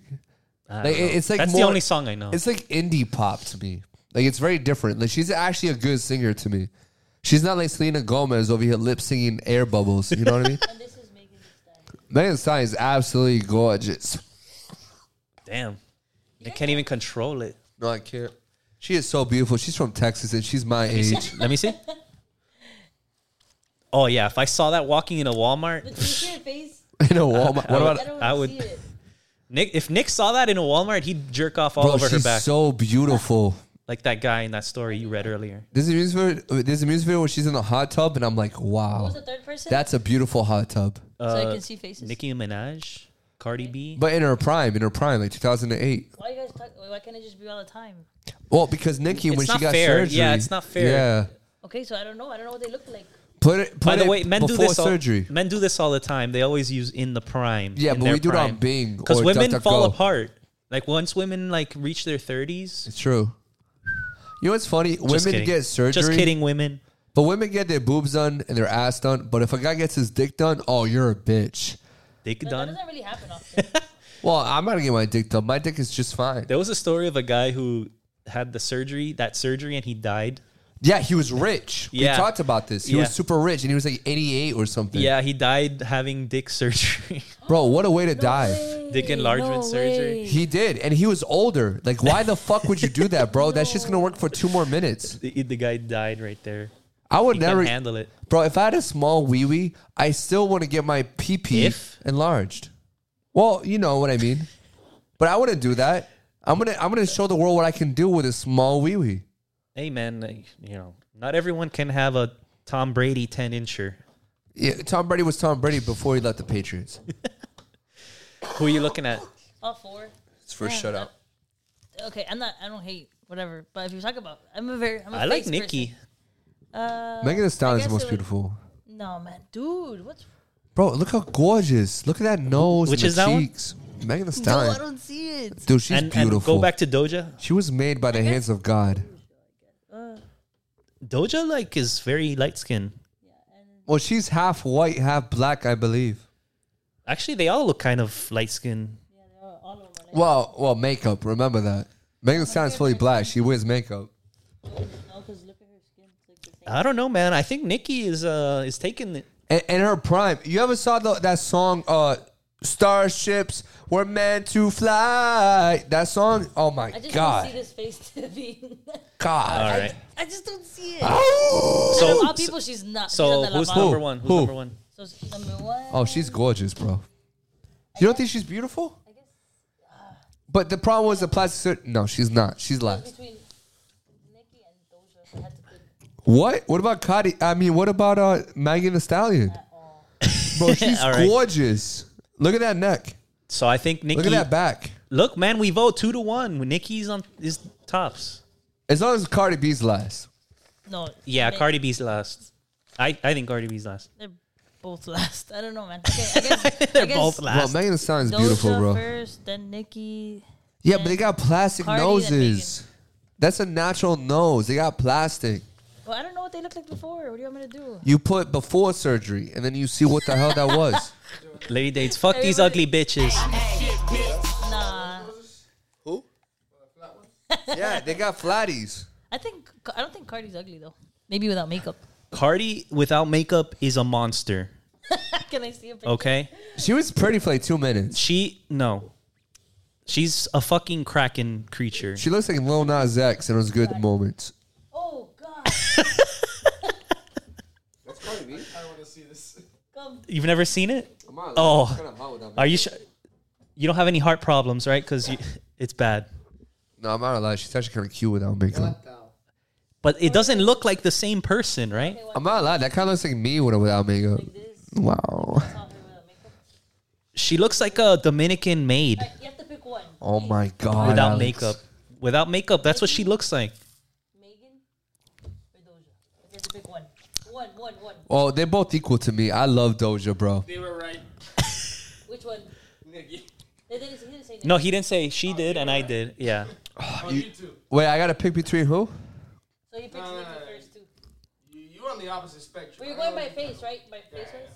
D: I don't
C: Like
D: know.
C: it- it's like
D: that's the
C: more-
D: only song I know.
C: It's like indie pop to me. Like it's very different. Like she's actually a good singer to me. She's not like Selena Gomez over here lip singing air bubbles. You know what I mean?
E: And this is Megan.
C: Megan Thee Stallion is absolutely gorgeous.
D: Damn, I can't even control it.
C: No, I can't. She is so beautiful. She's from Texas and she's my age.
D: Let me see. Oh yeah, if I saw that walking in a Walmart,
E: But you see her face?
C: You know, Walmart. What
E: I
C: about
E: don't
D: I
E: wanna
D: would-
E: see it.
D: Nick, if Nick saw that in a Walmart, he'd jerk off all
C: bro?
D: over her
C: She's
D: back,
C: so beautiful.
D: like that guy in that story you read earlier.
C: There's a music video. There's a music video where she's in the hot tub and I'm like,
E: Who's
C: wow,
E: the third person?
C: that's a beautiful hot tub.
E: so I
D: Uh,
E: can see faces.
D: Nicki Minaj, Cardi B.
C: But in her prime, in her prime, like 2008.
E: Why you guys talk? Why can't it just be all the time?
C: Well, because Nikki,
D: It's
C: when she
D: not
C: got
D: fair.
C: surgery,
D: Yeah, it's not fair.
C: Yeah,
E: Okay, so I don't know. I don't know what they look like.
C: put it. Put
D: By the
C: it
D: way, men do
C: before
D: this all,
C: surgery.
D: men do this all the time. They always use in the prime.
C: Yeah,
D: in
C: but
D: their
C: we do it on
D: prime.
C: Bing or
D: women
C: DuckDuckGo.
D: fall apart. Like once women like reach their thirties.
C: It's true. You know what's funny?
D: Just
C: women
D: kidding.
C: get surgery.
D: Just kidding, women.
C: But women get their boobs done and their ass done. But if a guy gets his dick done, oh, you're a bitch.
E: That,
D: Dick
E: that
D: done.
E: doesn't really happen often.
C: Well, I'm not gonna get my dick done. My dick is just fine.
D: There was a story of a guy who had the surgery, that surgery, and he died.
C: Yeah, he was rich.
D: Yeah.
C: We talked about this. He
D: Yeah.
C: was super rich, and he was like 88 or something.
D: Yeah, he died having dick surgery.
C: bro, what a way to die.
D: dick enlargement surgery.
C: He did, and he was older. Like, why the fuck would you do that, bro? That's just gonna work for two more minutes.
D: The, the guy died right there.
C: I would
D: He
C: never,
D: couldn't handle it.
C: bro. If I had a small wee wee, I still want to get my pee pee
D: If?
C: enlarged. Well, you know what I mean. But I wouldn't do that. I'm gonna, I'm gonna show the world what I can do with a small wee wee.
D: Hey man, like, you know, not everyone can have a Tom Brady ten incher.
C: Yeah, Tom Brady was Tom Brady before he left the Patriots.
D: Who are you looking at?
E: All four.
C: It's for shut up.
E: Okay, I'm not. I don't hate whatever. But if you talk about, I'm a very. I'm a
D: I like
E: face
D: Nikki.
E: person. Uh,
C: Megan Thee Stallion is
E: guess
C: the most
E: it would-
C: beautiful.
E: no man, dude, what's?
C: Bro, look how gorgeous. Look at that nose
D: Which
C: and
D: is
C: the
D: that one?
C: cheeks. Megan Thee
E: No, I
C: Stallion.
E: don't see it.
C: Dude, she's
D: And, and
C: beautiful.
D: go back to Doja.
C: she was made by the hands of God.
D: Doja like is very light skinned.
C: Well, she's half white, half black, I believe.
D: Actually, they all look kind of light skinned.
C: Well, well, makeup. Remember that. Megan Thee Stallion's fully black. She wears makeup.
E: No, because look at her skin. It's like the same.
D: I don't know, man. I think Nikki is uh is taking it.
C: And, and her prime. You ever saw the, that song, uh, Starships Were Meant to Fly? That song? Oh my
E: I just don't see
C: God.
E: this face to be.
D: All
C: God.
D: right.
E: I just don't see it.
C: Oh.
E: Out of
D: So
E: all people, she's not.
D: so
E: she's not
D: who's
E: that
D: number
E: number?
D: one? Who's
C: Who?
D: number one?
E: So she's number one.
C: Oh, she's gorgeous, bro. You don't think she's beautiful?
E: uh,
C: But the problem was the plastic surgery. No, she's not. She's last.
E: between Nikki and Doja. If I had to pick,
C: What? What about Cody? I mean, what about uh, Megan Thee Stallion? Bro, she's
D: All right.
C: gorgeous. Look at that neck.
D: So I think Nikki.
C: Look at that back.
D: Look, man, we vote two to one. Nikki's on is tops.
C: As long as Cardi B's last.
E: no.
D: Yeah,
E: Ma-
D: Cardi B's last. I, I think Cardi B's last.
E: They're both last. I don't know, man. Okay, I guess they're
D: Both
C: Well,
D: last.
C: Megan Thee Stallion's
E: Doja
C: beautiful, bro.
E: first, then Nikki.
C: Yeah, but they got plastic
E: Cardi and
C: noses. That's a natural nose. They got plastic.
E: Well, I don't know what they looked like before. What do you want me to do?
C: You put before surgery, and then you see what the hell that was.
D: Lady dates. Fuck these ugly
E: Everybody-
D: bitches.
E: Nah,
C: Yeah, they got flatties.
E: I think I don't think Cardi's ugly though. Maybe without makeup.
D: Cardi without makeup is a monster.
E: Can I see a picture?
D: Okay,
C: She was pretty for like two minutes.
D: she no. She's a fucking kraken creature.
C: She looks like Lil Nas X in those good moments.
E: Oh God.
D: You've never seen it?
C: on,
D: Oh.
C: what kind of hot would that be?
D: Are you sure? You don't have any heart problems, right? Because it's bad.
C: No, I'm not gonna lie. She's actually kind of cute without makeup.
D: But it doesn't look like the same person, right?
C: I'm not gonna lie. That kind of looks like me with without makeup. Wow.
D: She looks like a Dominican maid
E: You have to pick one.
C: Oh my god.
D: without
C: Alex.
D: makeup. Without makeup, that's what she looks like.
E: Megan or Doja. If you have to pick one. One, one, one.
C: Oh, they're both equal to me. I love Doja, bro.
H: They were right.
E: Which one? They didn't, he didn't say that.
D: No, he didn't say she did and I did. Yeah.
H: On you two.
C: Wait, I gotta pick between who?
E: So he picks
H: No, no,
E: Nikki
H: no.
E: first too.
H: You, you on the opposite spectrum.
E: But
H: I
E: you're
H: don't
E: going
H: know
E: by
H: if you-
E: face, right? By face ones?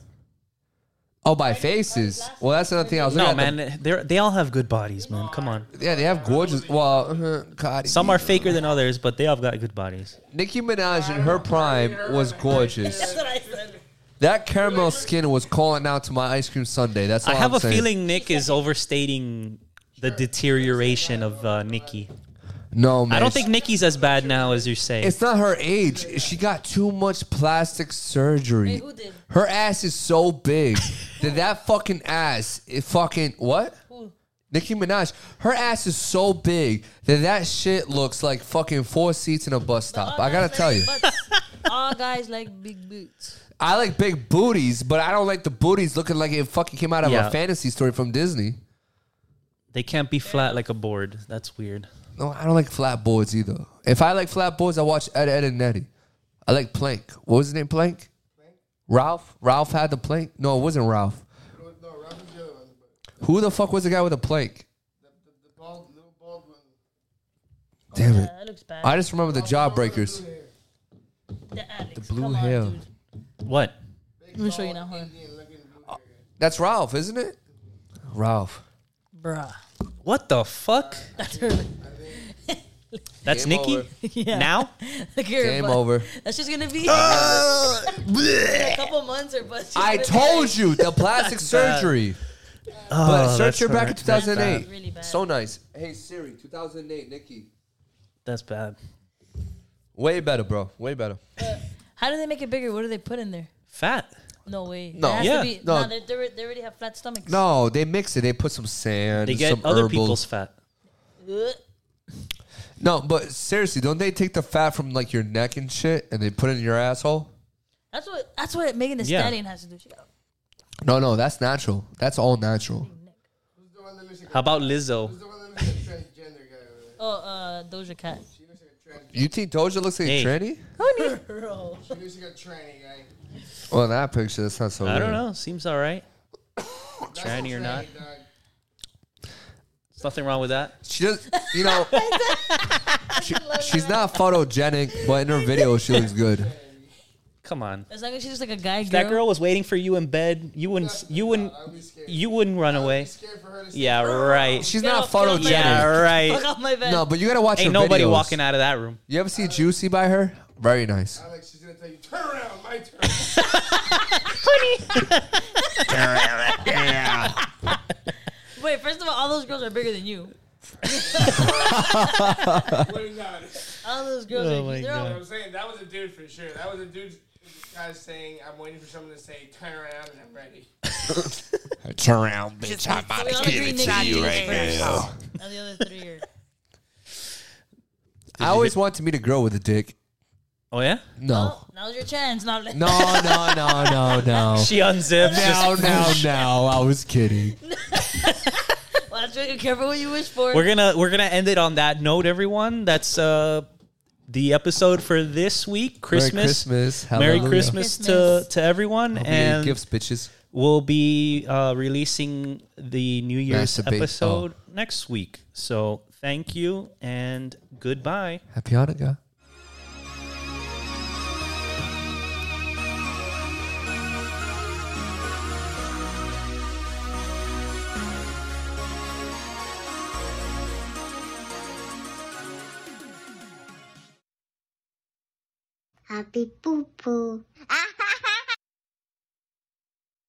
C: Oh, by faces. Well, that's another thing I was
D: No,
C: looking at.
D: man, they they all have good bodies, man. Come on.
C: The, yeah, they have gorgeous. Well, uh, Cardi.
D: Some are faker than others, but they all got good bodies.
C: Nicki Minaj in her prime was gorgeous.
E: That's what I said.
C: That caramel skin was calling out to my ice cream sundae. That's all
D: I have
C: I'm
D: a
C: saying.
D: feeling Nick is overstating the deterioration of uh, Nikki.
C: No, man.
D: I don't
C: she-
D: think Nikki's as bad now as you say.
C: It's not her age. She got too much plastic surgery.
E: Wait, who did?
C: Her ass is so big that that fucking ass, it fucking what?
E: Who?
C: Nicki Minaj. Her ass is so big that that shit looks like fucking four seats in a bus stop. I gotta tell you.
E: All guys like big boots.
C: I like big booties, but I don't like the booties looking like it fucking came out of
D: Yeah.
C: a fantasy story from Disney.
D: They can't be flat like a board. That's weird.
C: No, I don't like flat boards either. If I like flat boards, I watch Ed, Ed, and Nettie. I like Plank. What was his name? Plank? Ralph? Ralph had the plank? No, it wasn't Ralph.
H: No, Ralph is the other one. But
C: Who the fuck was the guy with a plank?
H: the, the bald, little bald one.
C: Damn it.
E: that looks bad.
C: I just remember the Jawbreakers.
E: the, Alex,
C: The blue
E: come on,
C: hair.
E: dude.
D: What?
E: Let me show you now. Hold on.
C: That's Ralph, isn't it? Ralph.
E: Bruh.
D: What the fuck?
E: That's her.
D: That's
C: Game
D: Nikki?
C: over.
E: Yeah.
D: Now?
E: Look at her
C: Game
E: butt.
C: over.
E: That's just gonna be a couple months or but
C: I told you the plastic
D: bad.
C: surgery. But search
D: Oh, that's
C: her back in
D: hard.
C: 2008.
E: bad. Really bad.
C: So nice. Hey Siri, 2008, Nikki.
D: That's bad.
C: Way better, bro. Way better.
E: How do they make it bigger? What do they put in there?
D: Fat.
E: No way.
C: No.
E: It has to
D: Yeah.
E: be-
C: No.
E: nah, they, they re- they already have flat stomachs.
C: No, they mix it. They put some sand.
D: They get
C: some
D: other
C: herbal.
D: people's fat.
E: Ugh.
C: No, but seriously, don't they take the fat from like your neck and shit and they put it in your asshole?
E: That's what. That's what Megan Thee
D: Yeah.
E: Stallion has to do. She got-
C: No, no, that's natural. That's all natural.
H: Who's the one that looks like
D: How about Lizzo?
H: who's the one that looks like a transgender guy? over there?
E: Oh, uh, Doja Cat.
H: She looks like a trans.
C: You think Doja looks like
D: Hey.
C: a tranny?
E: Bro.
H: She looks like a tranny guy.
C: Well, in that picture, that's not so.
D: I
C: weird.
D: don't know. Seems all right. Tranny or not.
H: Hey, dog.
D: There's nothing wrong with that.
C: She does, you know. she, she's not photogenic, but in her video, she looks good.
D: Come on.
E: As long as she's just like a guy girl.
D: That girl was waiting for you in bed. You wouldn't. You wouldn't.
H: I'd be scared.
D: You wouldn't run away.
H: scared for her to say,
D: Yeah, right.
C: She's
E: Get
C: not
E: off, get off
C: photogenic.
E: my
D: Yeah,
E: Fuck
D: right.
E: off my bed.
C: No, but you gotta watch her
D: Ain't nobody
C: videos.
D: walking out of that room.
C: You ever see Juicy by her? Very nice.
H: Alex, she's gonna tell you, turn around, my turn.
E: Wait. First of all, all those girls are bigger than you.
H: We're not. You
E: All those girls.
D: Oh
E: are,
D: my
E: they're
H: know
E: all,
H: what I'm saying? That was a dude for sure. That was a dude. this Guy's saying, I'm waiting for someone to say, turn around, and I'm ready.
A: Turn around, bitch. I'm
E: we all agree Nicki is first. And the other three are.
C: I always wanted to meet a girl with a dick.
D: Oh yeah.
C: No,
E: Oh, now's your chance. Now.
C: no, no, no, no, no.
D: She unzips.
C: No,
D: Just,
C: no, no. I was kidding.
E: Watch it. Careful what you wish for.
D: we're gonna we're gonna end it on that note, everyone. That's uh the episode for this week. Christmas.
C: Christmas.
D: Merry
C: Hallelujah.
D: Christmas,
E: Christmas.
D: to to everyone.
C: Hope you get
D: and
C: gifts, bitches.
D: we'll be uh, releasing the New Year's
C: Masturbate.
D: episode next week. So thank you and goodbye.
C: Happy Hanukkah.
G: Happy poo poo. Ah!